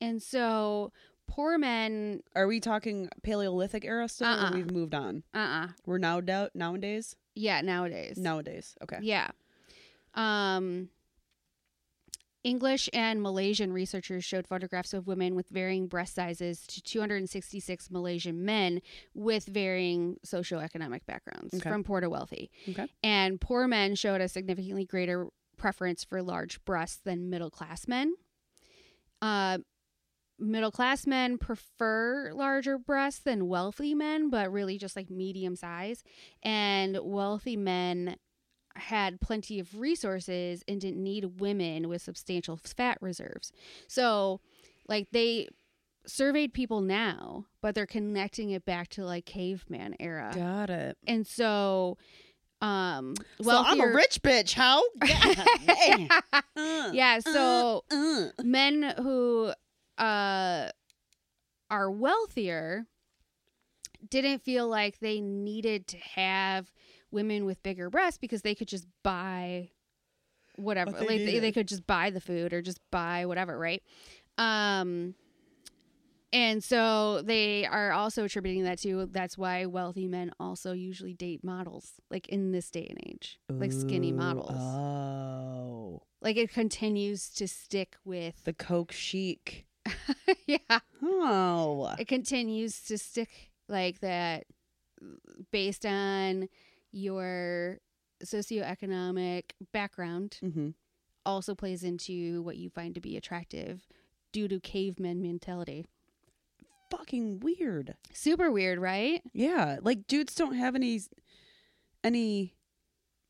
S2: And so poor men
S1: Are we talking Paleolithic era still? or
S2: Uh-uh.
S1: we've moved on.
S2: uh-uh.
S1: We're now dou- nowadays.
S2: Yeah, nowadays.
S1: Nowadays. Okay.
S2: Yeah. Um, English and Malaysian researchers showed photographs of women with varying breast sizes to 266 Malaysian men with varying socioeconomic backgrounds
S1: Okay.
S2: from poor to wealthy.
S1: Okay.
S2: And poor men showed a significantly greater preference for large breasts than middle class men. Uh, middle class men prefer larger breasts than wealthy men, but really just like medium size. And wealthy men had plenty of resources and didn't need women with substantial fat reserves. So, like, they surveyed people now, but they're connecting it back to like caveman era
S1: Got it.
S2: and so um
S1: Well, I'm a
S2: wealthier-
S1: rich bitch. How? yeah. Uh,
S2: yeah so
S1: uh.
S2: men who uh are wealthier didn't feel like they needed to have women with bigger breasts because they could just buy whatever
S1: What they
S2: like they,
S1: needed.
S2: they could just buy the food or just buy whatever right um and so they are also attributing that to that's why wealthy men also usually date models like in this day and age like skinny
S1: Ooh, uh.
S2: models
S1: Oh,
S2: like it continues to stick with
S1: the Coke chic.
S2: yeah
S1: Oh,
S2: it continues to stick like that based on your socioeconomic background
S1: mm-hmm.
S2: also plays into what you find to be attractive due to caveman mentality
S1: fucking weird.
S2: super weird right
S1: Yeah, like dudes don't have any, any,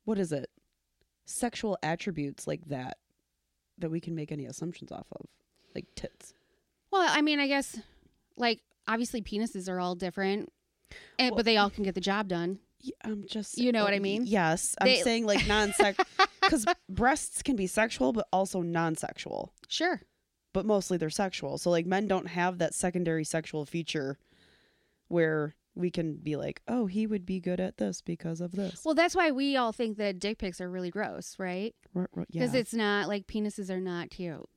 S1: what is it, sexual attributes like that that we can make any assumptions off of, like tits.
S2: well i mean i guess like obviously penises are all different and,
S1: Well-
S2: but they all can get the job done
S1: Yeah, I'm just,
S2: You know what I
S1: y-
S2: mean?
S1: Yes, I'm
S2: They-
S1: saying like non-sex, because breasts can be sexual, but also non-sexual.
S2: sure
S1: but mostly they're sexual. So like men don't have that secondary sexual feature where we can be like, oh, he would be good at this because of this.
S2: well that's why we all think that dick pics are really gross right
S1: R- r- yeah.
S2: because it's not like penises are not cute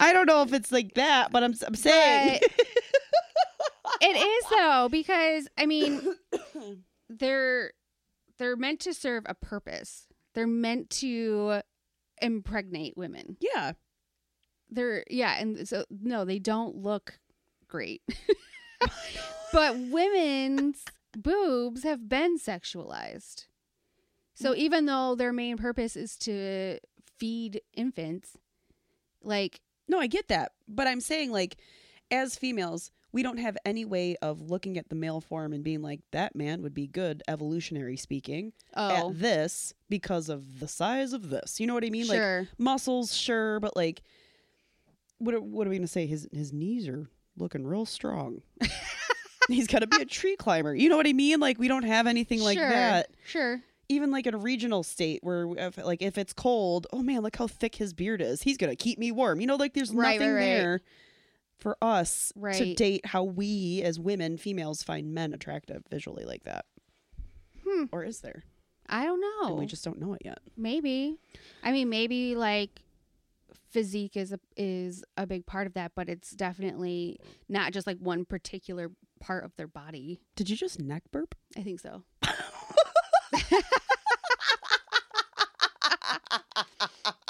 S1: I don't know if it's like that, but I'm I'm saying
S2: it is though because i mean they're they're meant to serve a purpose. They're meant to impregnate women.
S1: yeah.
S2: they're yeah, and so no, they don't look great. but women's boobs have been
S1: Mm.
S2: sexualized. So even though their main purpose is to feed infants, like
S1: No, I get that. But I'm saying, like, as females, we don't have any way of looking at the male form and being like, that man would be good, evolutionary speaking,
S2: oh
S1: at this because of the size of this. You know what I mean? Like,
S2: sure
S1: muscles, sure, but like, what are, what are we gonna say? His his knees are looking real strong. He's got to be a tree climber. You know what I mean? Like we don't have anything like
S2: sure,
S1: that.
S2: Sure.
S1: Even like in a regional state where we have- like if it's cold, oh man, look how thick his beard is. He's gonna keep me warm. You know, like there's
S2: Right, right,
S1: nothing
S2: right.
S1: there for us to
S2: Right.
S1: date how we as women, females, find men attractive visually like that.
S2: Hmm. Oh.
S1: Or is there?
S2: I don't know.
S1: And we just don't know it yet.
S2: maybe. I mean, maybe like physique is a is a big part of that, but it's definitely not just like one particular part of their body.
S1: Did you just neck burp?
S2: I think so.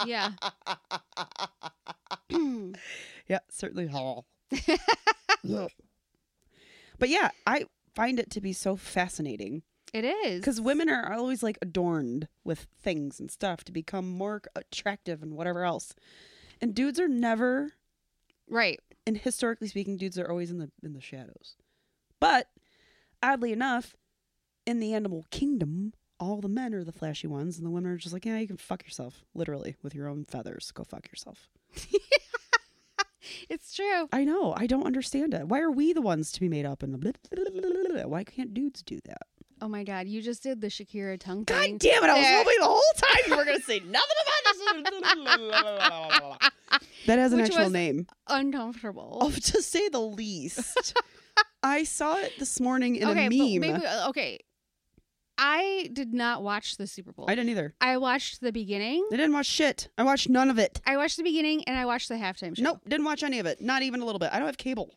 S2: yeah.
S1: Yeah, certainly. but yeah, I find it to be so fascinating
S2: it is.
S1: because women are always like adorned with things and stuff to become more attractive and whatever else, and dudes are never.
S2: right.
S1: And historically speaking, dudes are always in the in the shadows. But oddly enough, in the animal kingdom, all the men are the flashy ones, and the women are just like, yeah, you can fuck yourself, literally, with your own feathers. Go fuck yourself.
S2: It's true.
S1: I know. I don't understand it. Why are we the ones to be made up and why can't dudes do that?
S2: Oh my god, you just did the Shakira tongue
S1: God
S2: thing.
S1: damn it! I was
S2: Mm, There.
S1: hoping the whole time you were gonna say nothing about this. that has an
S2: Which
S1: actual
S2: was-
S1: name,
S2: Uncomfortable.
S1: oh, to say the least. I saw it this morning in
S2: okay,
S1: a
S2: but
S1: meme.
S2: maybe uh, okay. I did not watch the Super Bowl.
S1: I didn't either.
S2: I watched the beginning.
S1: I didn't watch shit. I watched none of it.
S2: I watched the beginning and I watched the halftime show.
S1: Nope, didn't watch any of it. Not even a little bit. I don't have cable.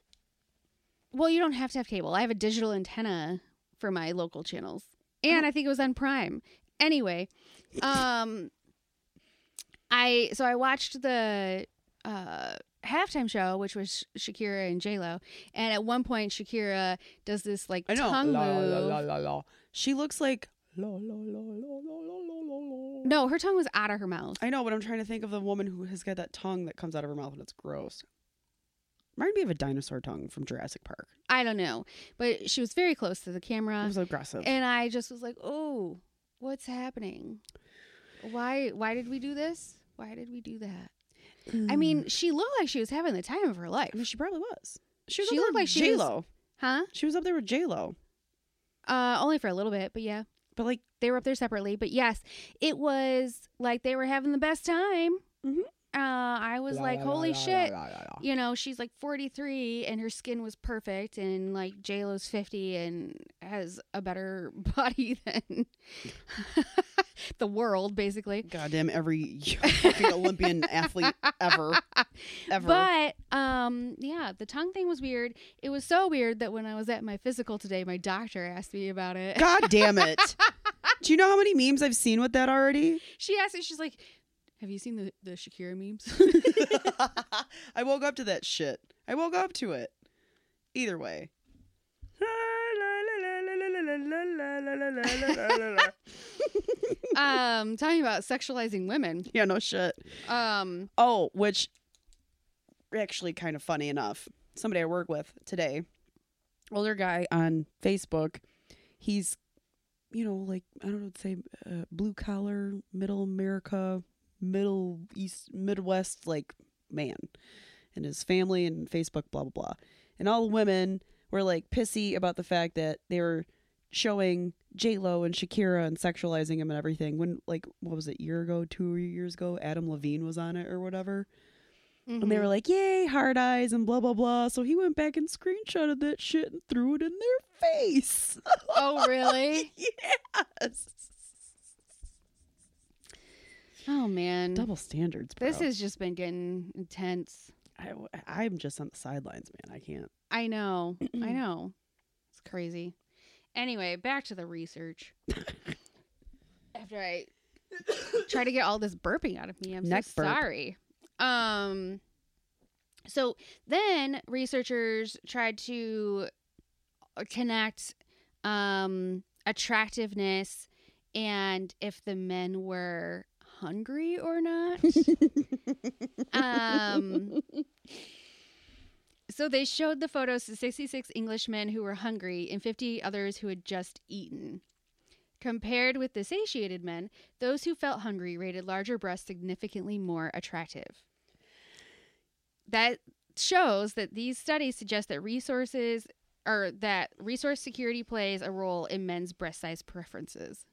S2: Well, you don't have to have cable. I have a digital antenna for my local channels.
S1: Oh.
S2: And I think it was on Prime. Anyway, um I so I watched the uh halftime show which was Shakira and J-Lo and at one point Shakira does this like
S1: I know.
S2: tongue
S1: La,
S2: move.
S1: la, la, la, la. She looks like. la, la, la, la, la, la, la, la.
S2: No, her tongue was out of her mouth.
S1: I know, but I'm trying to think of the woman who has got that tongue that comes out of her mouth and it's gross. Reminded me of a dinosaur tongue from Jurassic Park.
S2: I don't know, but she was very close to the
S1: It
S2: camera,
S1: was aggressive.
S2: Uh, and I just was like, "Oh, what's happening? Why? Why did we do this? Why did we do that?" I
S1: Mm.
S2: mean, she looked like she was having the time of her life,
S1: I mean, she probably was. She, was up
S2: She
S1: there
S2: looked
S1: with
S2: like she was-
S1: J-Lo.
S2: huh?
S1: She was up there with J-Lo.
S2: Uh, only for a little bit, but yeah,
S1: But like,
S2: they were up there separately. But yes, it was like they were having the best time.
S1: Mhm.
S2: Uh, I was
S1: la,
S2: like,
S1: la, la,
S2: "Holy
S1: la,
S2: shit!"
S1: la, la, la, la.
S2: you know, she's like 43 and her skin was perfect, and like JLo's 50 and has a better body than the world, basically.
S1: Goddamn every fucking Olympian athlete ever. Ever.
S2: But um, yeah, the tongue thing was weird. It was so weird that when I was at my physical today, my doctor asked me about it.
S1: God damn it. Do you know how many memes I've seen with that already?
S2: She asked me, she's like, Have you seen the, the Shakira memes?
S1: I woke up to that shit. I woke up to it. Either way.
S2: um, talking about sexualizing women.
S1: yeah, no shit.
S2: Um,
S1: Oh, which actually kind of funny enough. Somebody I work with today, older guy on Facebook, he's you know like I don't know what to say uh, blue collar, middle America, middle east, Midwest like man, and his family and Facebook blah blah blah, and all the women were like pissy about the fact that they were showing J Lo and Shakira and sexualizing him and everything. When like what was it, year ago, two years ago, Adam Levine was on it or whatever, and they
S2: mhm.
S1: were like, "Yay, hard eyes" and blah blah blah. So he went back and screenshotted that shit and threw it in their face.
S2: Oh,
S1: Eh.
S2: really?
S1: yes,
S2: Oh, man.
S1: double standards. Bro.
S2: This has just been getting intense.
S1: I, I'm just on the sidelines, man. I can't.
S2: I know. I know. It's crazy. Anyway, back to the research. After I try to get all this burping out of me, I'm
S1: Neck
S2: so
S1: burp.
S2: sorry. Um So then researchers tried to uh, connect um, attractiveness and if the men were hungry or not. um, so they showed the photos to 66 Englishmen who were hungry and 50 others who had just eaten. Compared with the satiated men, those who felt hungry rated larger breasts significantly more attractive. That shows that these studies suggest that resources or that resource security plays a role in men's breast size preferences.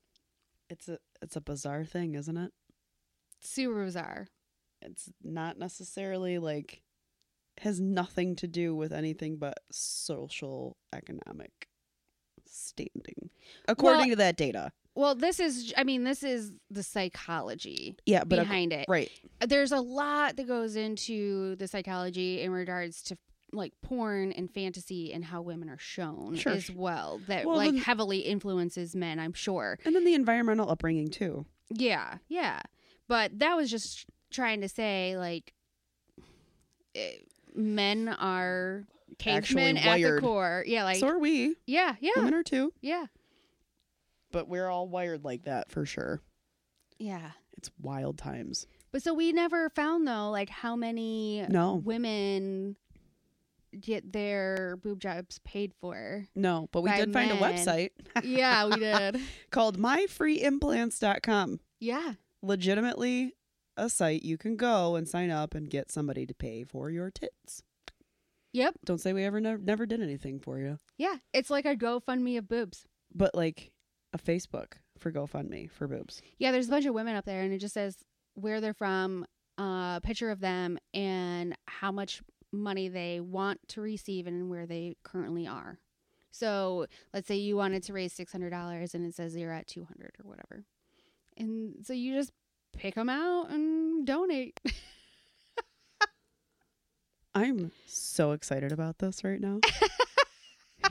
S1: It's a it's a bizarre thing, isn't it?
S2: Super bizarre.
S1: It's not necessarily like has nothing to do with anything but social economic standing according
S2: Well-
S1: to that data.
S2: Well, this is I mean, this is the psychology
S1: Yeah, but ac-
S2: behind it.
S1: right.
S2: there's a lot that goes into the psychology in regards to like porn and fantasy and how women are shown
S1: Sure.
S2: as well that
S1: Well,
S2: like
S1: then-
S2: heavily influences men i'm sure
S1: And then the environmental upbringing too.
S2: yeah yeah but that was just trying to say like eh, men are
S1: Actually
S2: cavemen at the
S1: wired. Mm-hmm.
S2: core yeah like
S1: so are we.
S2: yeah yeah
S1: Women are too.
S2: yeah
S1: But we're all wired like that for sure.
S2: yeah
S1: It's wild times.
S2: but so we never found though like how many
S1: No.
S2: women get their boob jobs paid for
S1: No, but we
S2: By
S1: did find a
S2: men.
S1: website
S2: yeah, we did.
S1: called myfreeimplants.com.
S2: Yeah.
S1: Legitimately a site you can go and sign up and get somebody to pay for your tits.
S2: Yep.
S1: Don't say we ever ne- never did anything for you.
S2: Yeah. It's like a GoFundMe of boobs.
S1: But like a Facebook for GoFundMe for boobs.
S2: Yeah, there's a bunch of women up there, and it just says where they're from, uh, picture of them, and how much money they want to receive, and where they currently are. So let's say you wanted to raise six hundred dollars, and it says you're at two hundred or whatever, and so you just pick them out and donate.
S1: I'm so excited about this right now.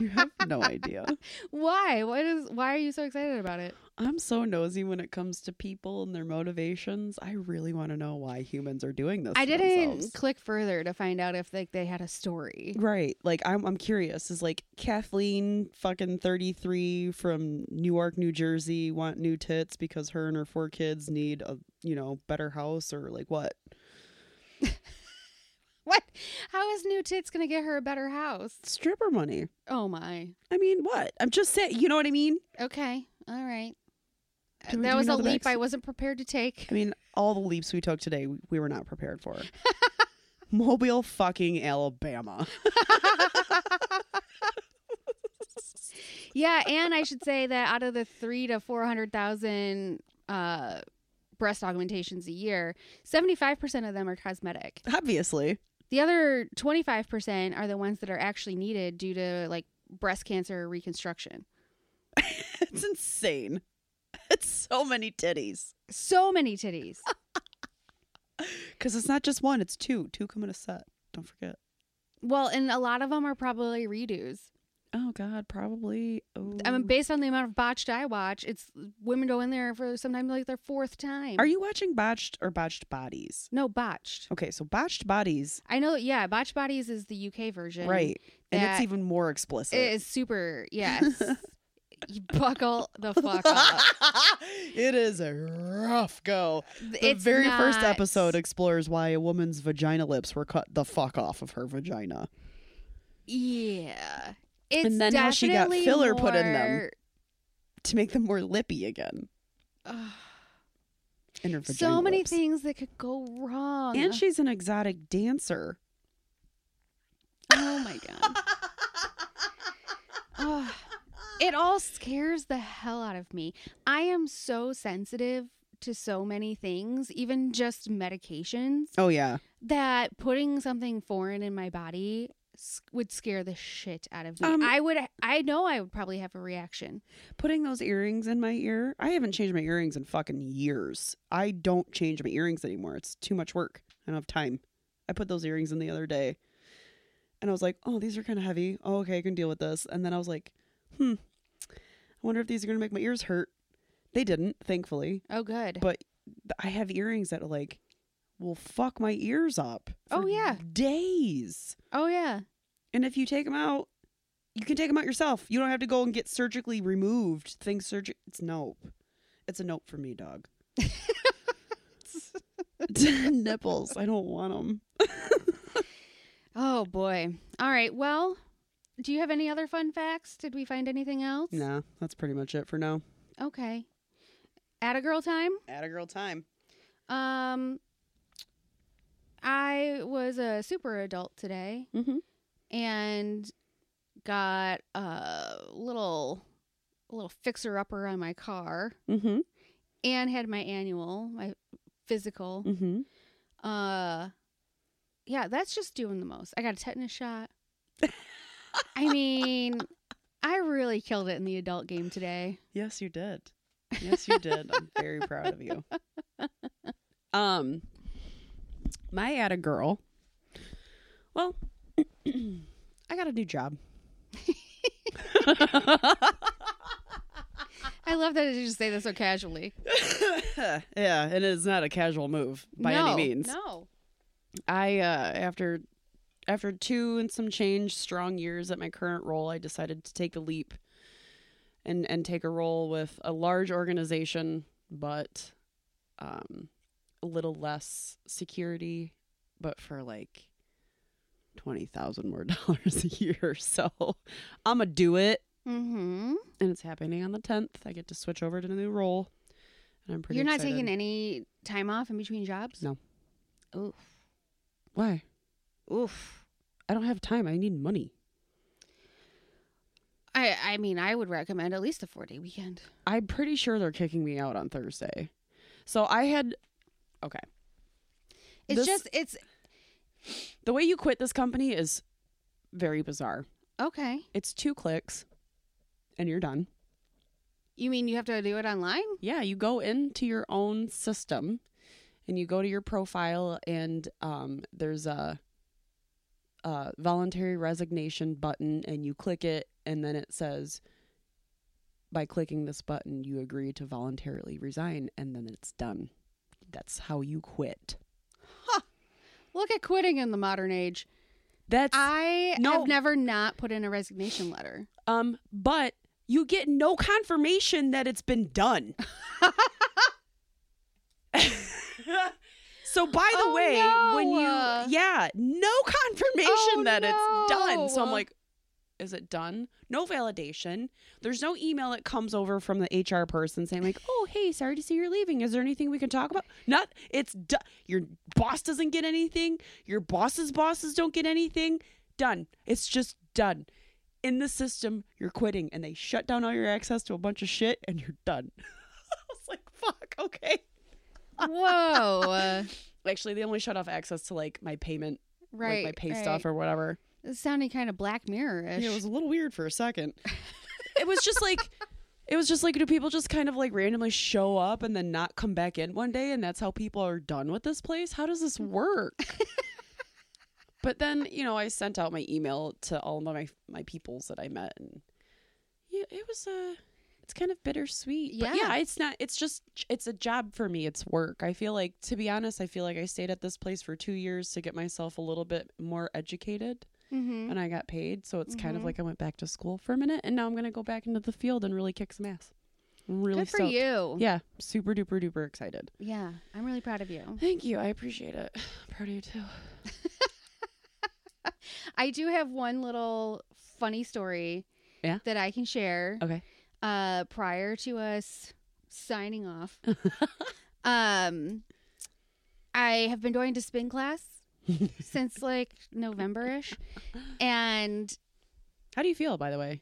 S1: you have no idea.
S2: why? What is? Why are you so excited about it?
S1: I'm so nosy when it comes to people and their motivations. I really want to know why humans are doing this.
S2: I
S1: to
S2: didn't
S1: themselves.
S2: click further to find out if like they had a story.
S1: Right. Like I'm I'm curious. Is like Kathleen fucking 33 from Newark, New Jersey want new tits because her and her four kids need a, you know, better house or like what?
S2: What? How is new tits gonna get her a better house?
S1: Stripper money.
S2: Oh my.
S1: I mean, what? I'm just saying, you know what I mean?
S2: Okay. All right. Uh,
S1: Do we- do
S2: that
S1: we
S2: was
S1: know
S2: a
S1: the
S2: leap I
S1: backst-
S2: wasn't prepared to take.
S1: I mean, all the leaps we took today, we, we were not prepared for. Mobile fucking Alabama.
S2: Yeah, and I should say that out of the three to four hundred thousand uh, breast augmentations a year, seventy-five percent of them are cosmetic.
S1: Obviously.
S2: The other twenty-five percent are the ones that are actually needed due to like breast cancer reconstruction.
S1: It's insane. It's so many titties.
S2: So many titties.
S1: Because it's not just one, it's two. Two come in a set. Don't forget.
S2: well, and a lot of them are probably redos.
S1: Oh, God, probably. Oh.
S2: I mean, based on the amount of botched I watch, it's women go in there for sometimes like their fourth time.
S1: Are you watching Botched or Botched Bodies?
S2: No, botched.
S1: Okay, so Botched Bodies,
S2: I know. Yeah, botched bodies is the UK version.
S1: right. And it's
S2: that
S1: even more explicit.
S2: It is super. Yes. you buckle the fuck up.
S1: it is a rough go. The
S2: It's
S1: very first
S2: not-
S1: episode explores why a woman's vagina lips were cut the fuck off of her vagina.
S2: Yeah. It's
S1: And then how she got
S2: definitely
S1: filler put in them.
S2: more-
S1: To make them more lippy again.
S2: Ugh.
S1: In her vagina
S2: so many
S1: lips.
S2: things that could go wrong.
S1: And she's an exotic dancer.
S2: oh my god. Ugh. It all scares the hell out of me. I am so sensitive to so many things, even just medications.
S1: Oh yeah.
S2: that putting something foreign in my body s- would scare the shit out of me.
S1: Um,
S2: I would, I know I would probably have a reaction.
S1: Putting those earrings in my ear. I haven't changed my earrings in fucking years. I don't change my earrings anymore. It's too much work. I don't have time. I put those earrings in the other day. And I was like, "Oh, these are kind of heavy. Oh, okay, I can deal with this." And then I was like, "Hmm. I wonder if these are going to make my ears hurt." They didn't, thankfully.
S2: Oh, good.
S1: But I have earrings that are like will fuck my ears up.
S2: Oh,
S1: for
S2: yeah.
S1: Days.
S2: Oh yeah.
S1: And if you take them out, you can take them out yourself. You don't have to go and get surgically removed. Things surgery. It's nope. It's a nope for me, dog. Nipples. I don't want them.
S2: Oh boy. All right. Well, do you have any other fun facts? Did we find anything else?
S1: Nah, that's pretty much it for now.
S2: Okay. At a girl time.
S1: At a girl time.
S2: Um, I was a super adult today
S1: Mm-hmm.
S2: and got a little, a little fixer upper on my car,
S1: Mm-hmm.
S2: and had my annual, my physical.
S1: Mm-hmm.
S2: Uh, yeah, that's just doing the most. I got a tetanus shot. I mean, I really killed it in the adult game today.
S1: Yes, you did. Yes, you did. I'm very proud of you. Um, my at a girl. Well, I got a new job.
S2: I love that you just say that so casually.
S1: yeah, and it is not a casual move by
S2: no,
S1: any means.
S2: No.
S1: I uh, after after two and some change strong years at my current role, I decided to take the leap and and take a role with a large organization, but um, a little less security, but for like twenty thousand more dollars a year. So I'm gonna do it,
S2: Mm-hmm.
S1: and it's happening on the tenth. I get to switch over to the new role, and I'm pretty.
S2: You're not
S1: excited.
S2: taking any time off in between jobs?
S1: No. Why?
S2: Oof.
S1: I don't have time. I need money.
S2: I I mean, I would recommend at least a 4-day weekend.
S1: I'm pretty sure they're kicking me out on Thursday. So I had okay.
S2: It's
S1: This-
S2: just it's
S1: The way you quit this company is very bizarre.
S2: okay.
S1: It's two clicks and you're done.
S2: You mean you have to do it online?
S1: Yeah, you go into your own system and you go to your profile and um, there's a, a voluntary resignation button and you click it and then it says by clicking this button you agree to voluntarily resign and then it's done. That's how you quit.
S2: Look at quitting in the modern age.
S1: That's
S2: I
S1: No.
S2: have never not put in a resignation letter.
S1: Um, but you get no confirmation that it's been done. so by the
S2: Oh,
S1: way, when
S2: no.
S1: you yeah, no confirmation
S2: Oh,
S1: that it's done. So I'm
S2: no.
S1: like, is it done? No validation. There's no email that comes over from the HR person saying like, "Oh, hey, sorry to see you're leaving. Is there anything we can talk about?" Not. It's done. Your boss doesn't get anything. Your boss's bosses don't get anything. Done. It's just done. In the system, you're quitting, and they shut down all your access to a bunch of shit, and you're done. I was like, "Fuck, okay."
S2: Whoa.
S1: Actually, they only shut off access to like my payment,
S2: right.
S1: like my pay
S2: right.
S1: stuff or whatever.
S2: This sounded kind of black mirror-ish.
S1: Yeah, it was a little weird for a second. it was just like it was just like do people just kind of like randomly show up and then not come back in one day and that's how people are done with this place? How does this work? but then, you know, I sent out my email to all of my my peoples that I met and yeah, it was a it's kind of bittersweet. But
S2: Yeah.
S1: yeah, it's not it's just it's a job for me. It's work. I feel like to be honest, I feel like I stayed at this place for 2 years to get myself a little bit more educated
S2: Mhm.
S1: and I got paid. So it's kind of
S2: Mhm.
S1: like I went back to school for a minute, and now I'm gonna go back into the field and really kick some ass. I'm really
S2: Good for
S1: stoked.
S2: you.
S1: Yeah, super duper duper excited.
S2: Mm-hmm. yeah. I'm really proud of you.
S1: Thank you, I appreciate it. proud of you too.
S2: I do have one little funny story
S1: Yeah?
S2: that I can share.
S1: Okay.
S2: Uh, prior to us signing off, um, I have been going to spin class since like November ish. And
S1: How do you feel, by the way?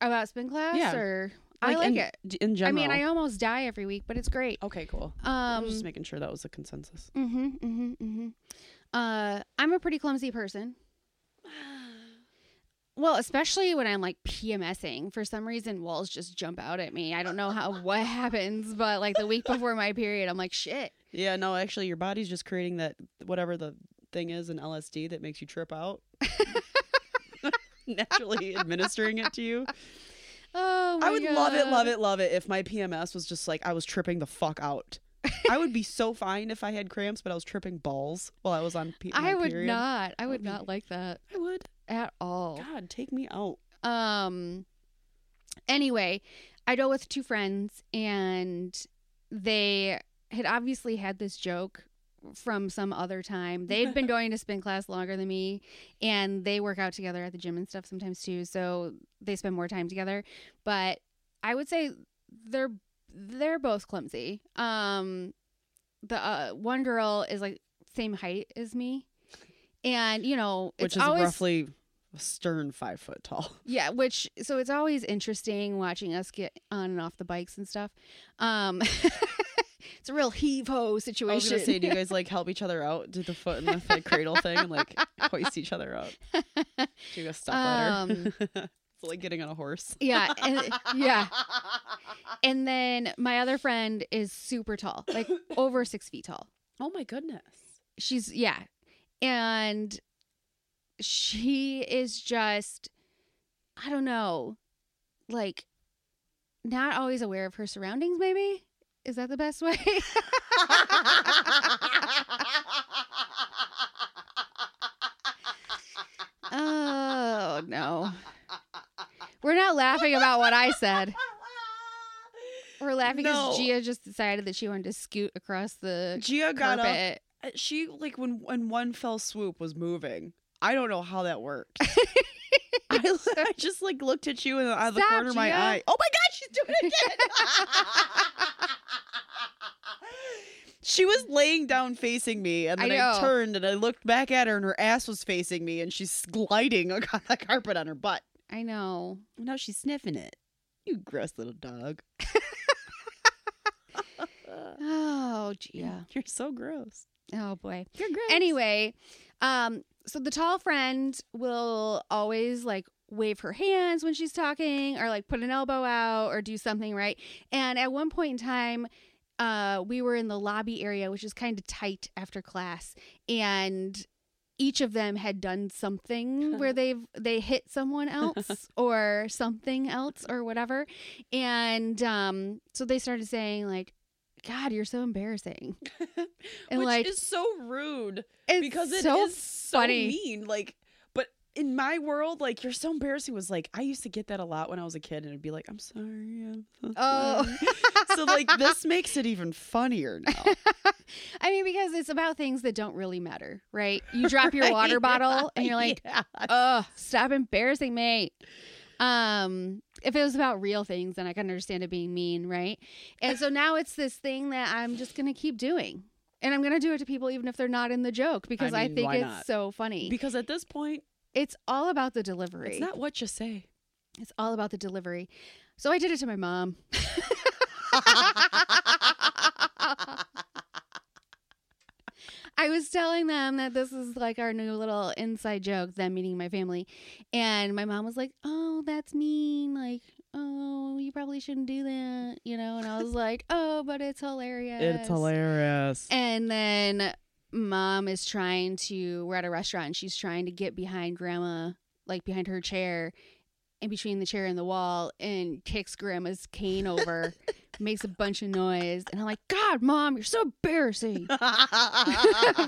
S2: about spin class,
S1: Yeah.
S2: or I like
S1: in,
S2: it.
S1: d- in
S2: I
S1: general. Oh,
S2: mean, I almost die every week, but it's great.
S1: okay, cool. I
S2: Um,
S1: was just making sure that was a consensus.
S2: hmm hmm hmm Uh, I'm a pretty clumsy person. Well, especially when I'm like PMSing, for some reason walls just jump out at me. I don't know how what happens, but like the week before my period, I'm like, shit.
S1: Yeah, no, actually, your body's just creating that whatever the thing is in LSD that makes you trip out. Naturally administering it to you.
S2: Oh, my
S1: I would love it,
S2: Oh God.
S1: love it, love it if my PMS was just like I was tripping the fuck out. I would be so fine if I had cramps, but I was tripping balls while I was on pe- my
S2: I would
S1: period.
S2: not. I would
S1: would be-
S2: not like that
S1: I would.
S2: at all.
S1: God, take me out.
S2: Um anyway, I go with two friends and they had obviously had this joke from some other time. They'd been going to spin class longer than me and they work out together at the gym and stuff sometimes too, so they spend more time together. But I would say they're they're both clumsy. Um the uh, one girl is like same height as me. And you know, it's
S1: Which is
S2: always
S1: roughly a stern five foot tall.
S2: yeah, which so it's always interesting watching us get on and off the bikes and stuff. Um It's a real heave ho
S1: I was
S2: situation.
S1: gonna say, do you guys like help each other out? Do the foot and the foot cradle thing and like hoist each other up? Do a step ladder?
S2: Um,
S1: it's like getting on a horse.
S2: yeah, and, yeah. And then my other friend is super tall, like over six feet tall.
S1: Oh my goodness.
S2: She's yeah, and she is just, I don't know, like not always aware of her surroundings. Maybe is that the best way? oh no, we're not laughing about what I said. We're laughing because
S1: No.
S2: Gia just decided that she wanted to scoot across the
S1: Gia got up.
S2: carpet.
S1: uh, She like when when one fell swoop was moving. I don't know how that worked. I, I just like looked at you and out of the
S2: Stop,
S1: corner of my
S2: Gia.
S1: eye. Oh my god, she's doing it again. she was laying down facing me, and then
S2: I
S1: I,
S2: know.
S1: turned and I looked back at her, and her ass was facing me, and she's gliding on the carpet on her butt.
S2: I know.
S1: Now she's sniffing it. You gross little dog.
S2: Oh, Gia.
S1: You're so gross.
S2: Oh boy.
S1: You're gross.
S2: Anyway, um, so the tall friend will always like wave her hands when she's talking, or like put an elbow out, or do something right. And at one point in time. Uh, we were in the lobby area, which is kind of tight after class, and each of them had done something where they've they hit someone else or something else or whatever and um so they started saying like god you're so embarrassing and
S1: Which
S2: like
S1: is so rude.
S2: it's
S1: because it is
S2: so
S1: so
S2: funny.
S1: mean. Like, but in my world, like you're so embarrassing was like I used to get that a lot when I was a kid, and it'd be like, "I'm sorry." I'm so
S2: oh
S1: sorry." so like this makes it even funnier now.
S2: i mean because it's about things that don't really matter right you drop your
S1: Right?
S2: water bottle and you're like
S1: Yeah.
S2: oh stop embarrassing me um if it was about real things then i can understand it being mean right and so now it's this thing that i'm just gonna keep doing and i'm gonna do it to people even if they're not in the joke because i,
S1: mean,
S2: think
S1: why
S2: it's
S1: not?
S2: so funny
S1: because at this point,
S2: it's all about the delivery
S1: it's not what you say.
S2: It's all about the delivery. So I did it to my mom. I was telling them that this is like our new little inside joke, them meeting my family. And my mom was like, Oh, that's mean. Like, oh, you probably shouldn't do that, you know? And I was like, Oh, but it's hilarious.
S1: hilarious.
S2: And then mom is trying to, we're at a restaurant and she's trying to get behind grandma, like behind her chair, in between the chair and the wall, and kicks grandma's cane over, makes a bunch of noise. And I'm like, God, mom, you're so embarrassing.
S1: I'm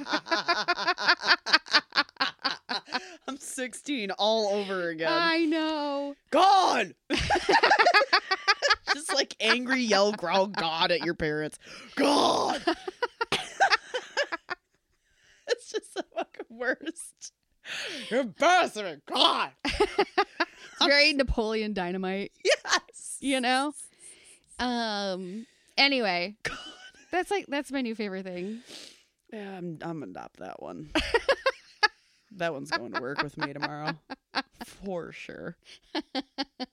S1: 16 all over again.
S2: I know.
S1: God! Just like angry yell, growl, God at your parents. God! it's just the fucking worst. You're embarrassing me, God!
S2: It's very Napoleon dynamite,
S1: Yes!
S2: you know? Um, anyway.
S1: God.
S2: That's like that's my new favorite thing.
S1: Yeah, I'm, I'm gonna adopt that one. that one's going to work with me tomorrow. For sure.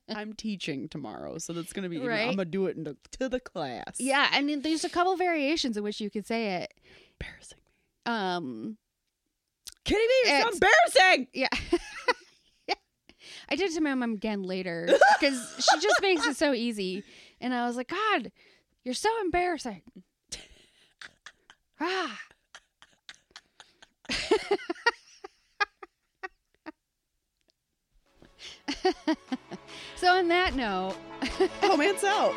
S1: I'm teaching tomorrow, so that's gonna be, even-
S2: Right.
S1: I'm gonna do it in the, to the class.
S2: Yeah, and then there's a couple variations in which you could say it.
S1: Embarrassing.
S2: Um,
S1: Kidding me? It's,
S2: It's-
S1: so embarrassing!
S2: Yeah. Yeah. I did it to my mom again later because she just makes it so easy. And I was like, God, you're so embarrassing. Ah. so, on that note,
S1: Oh, Romance out!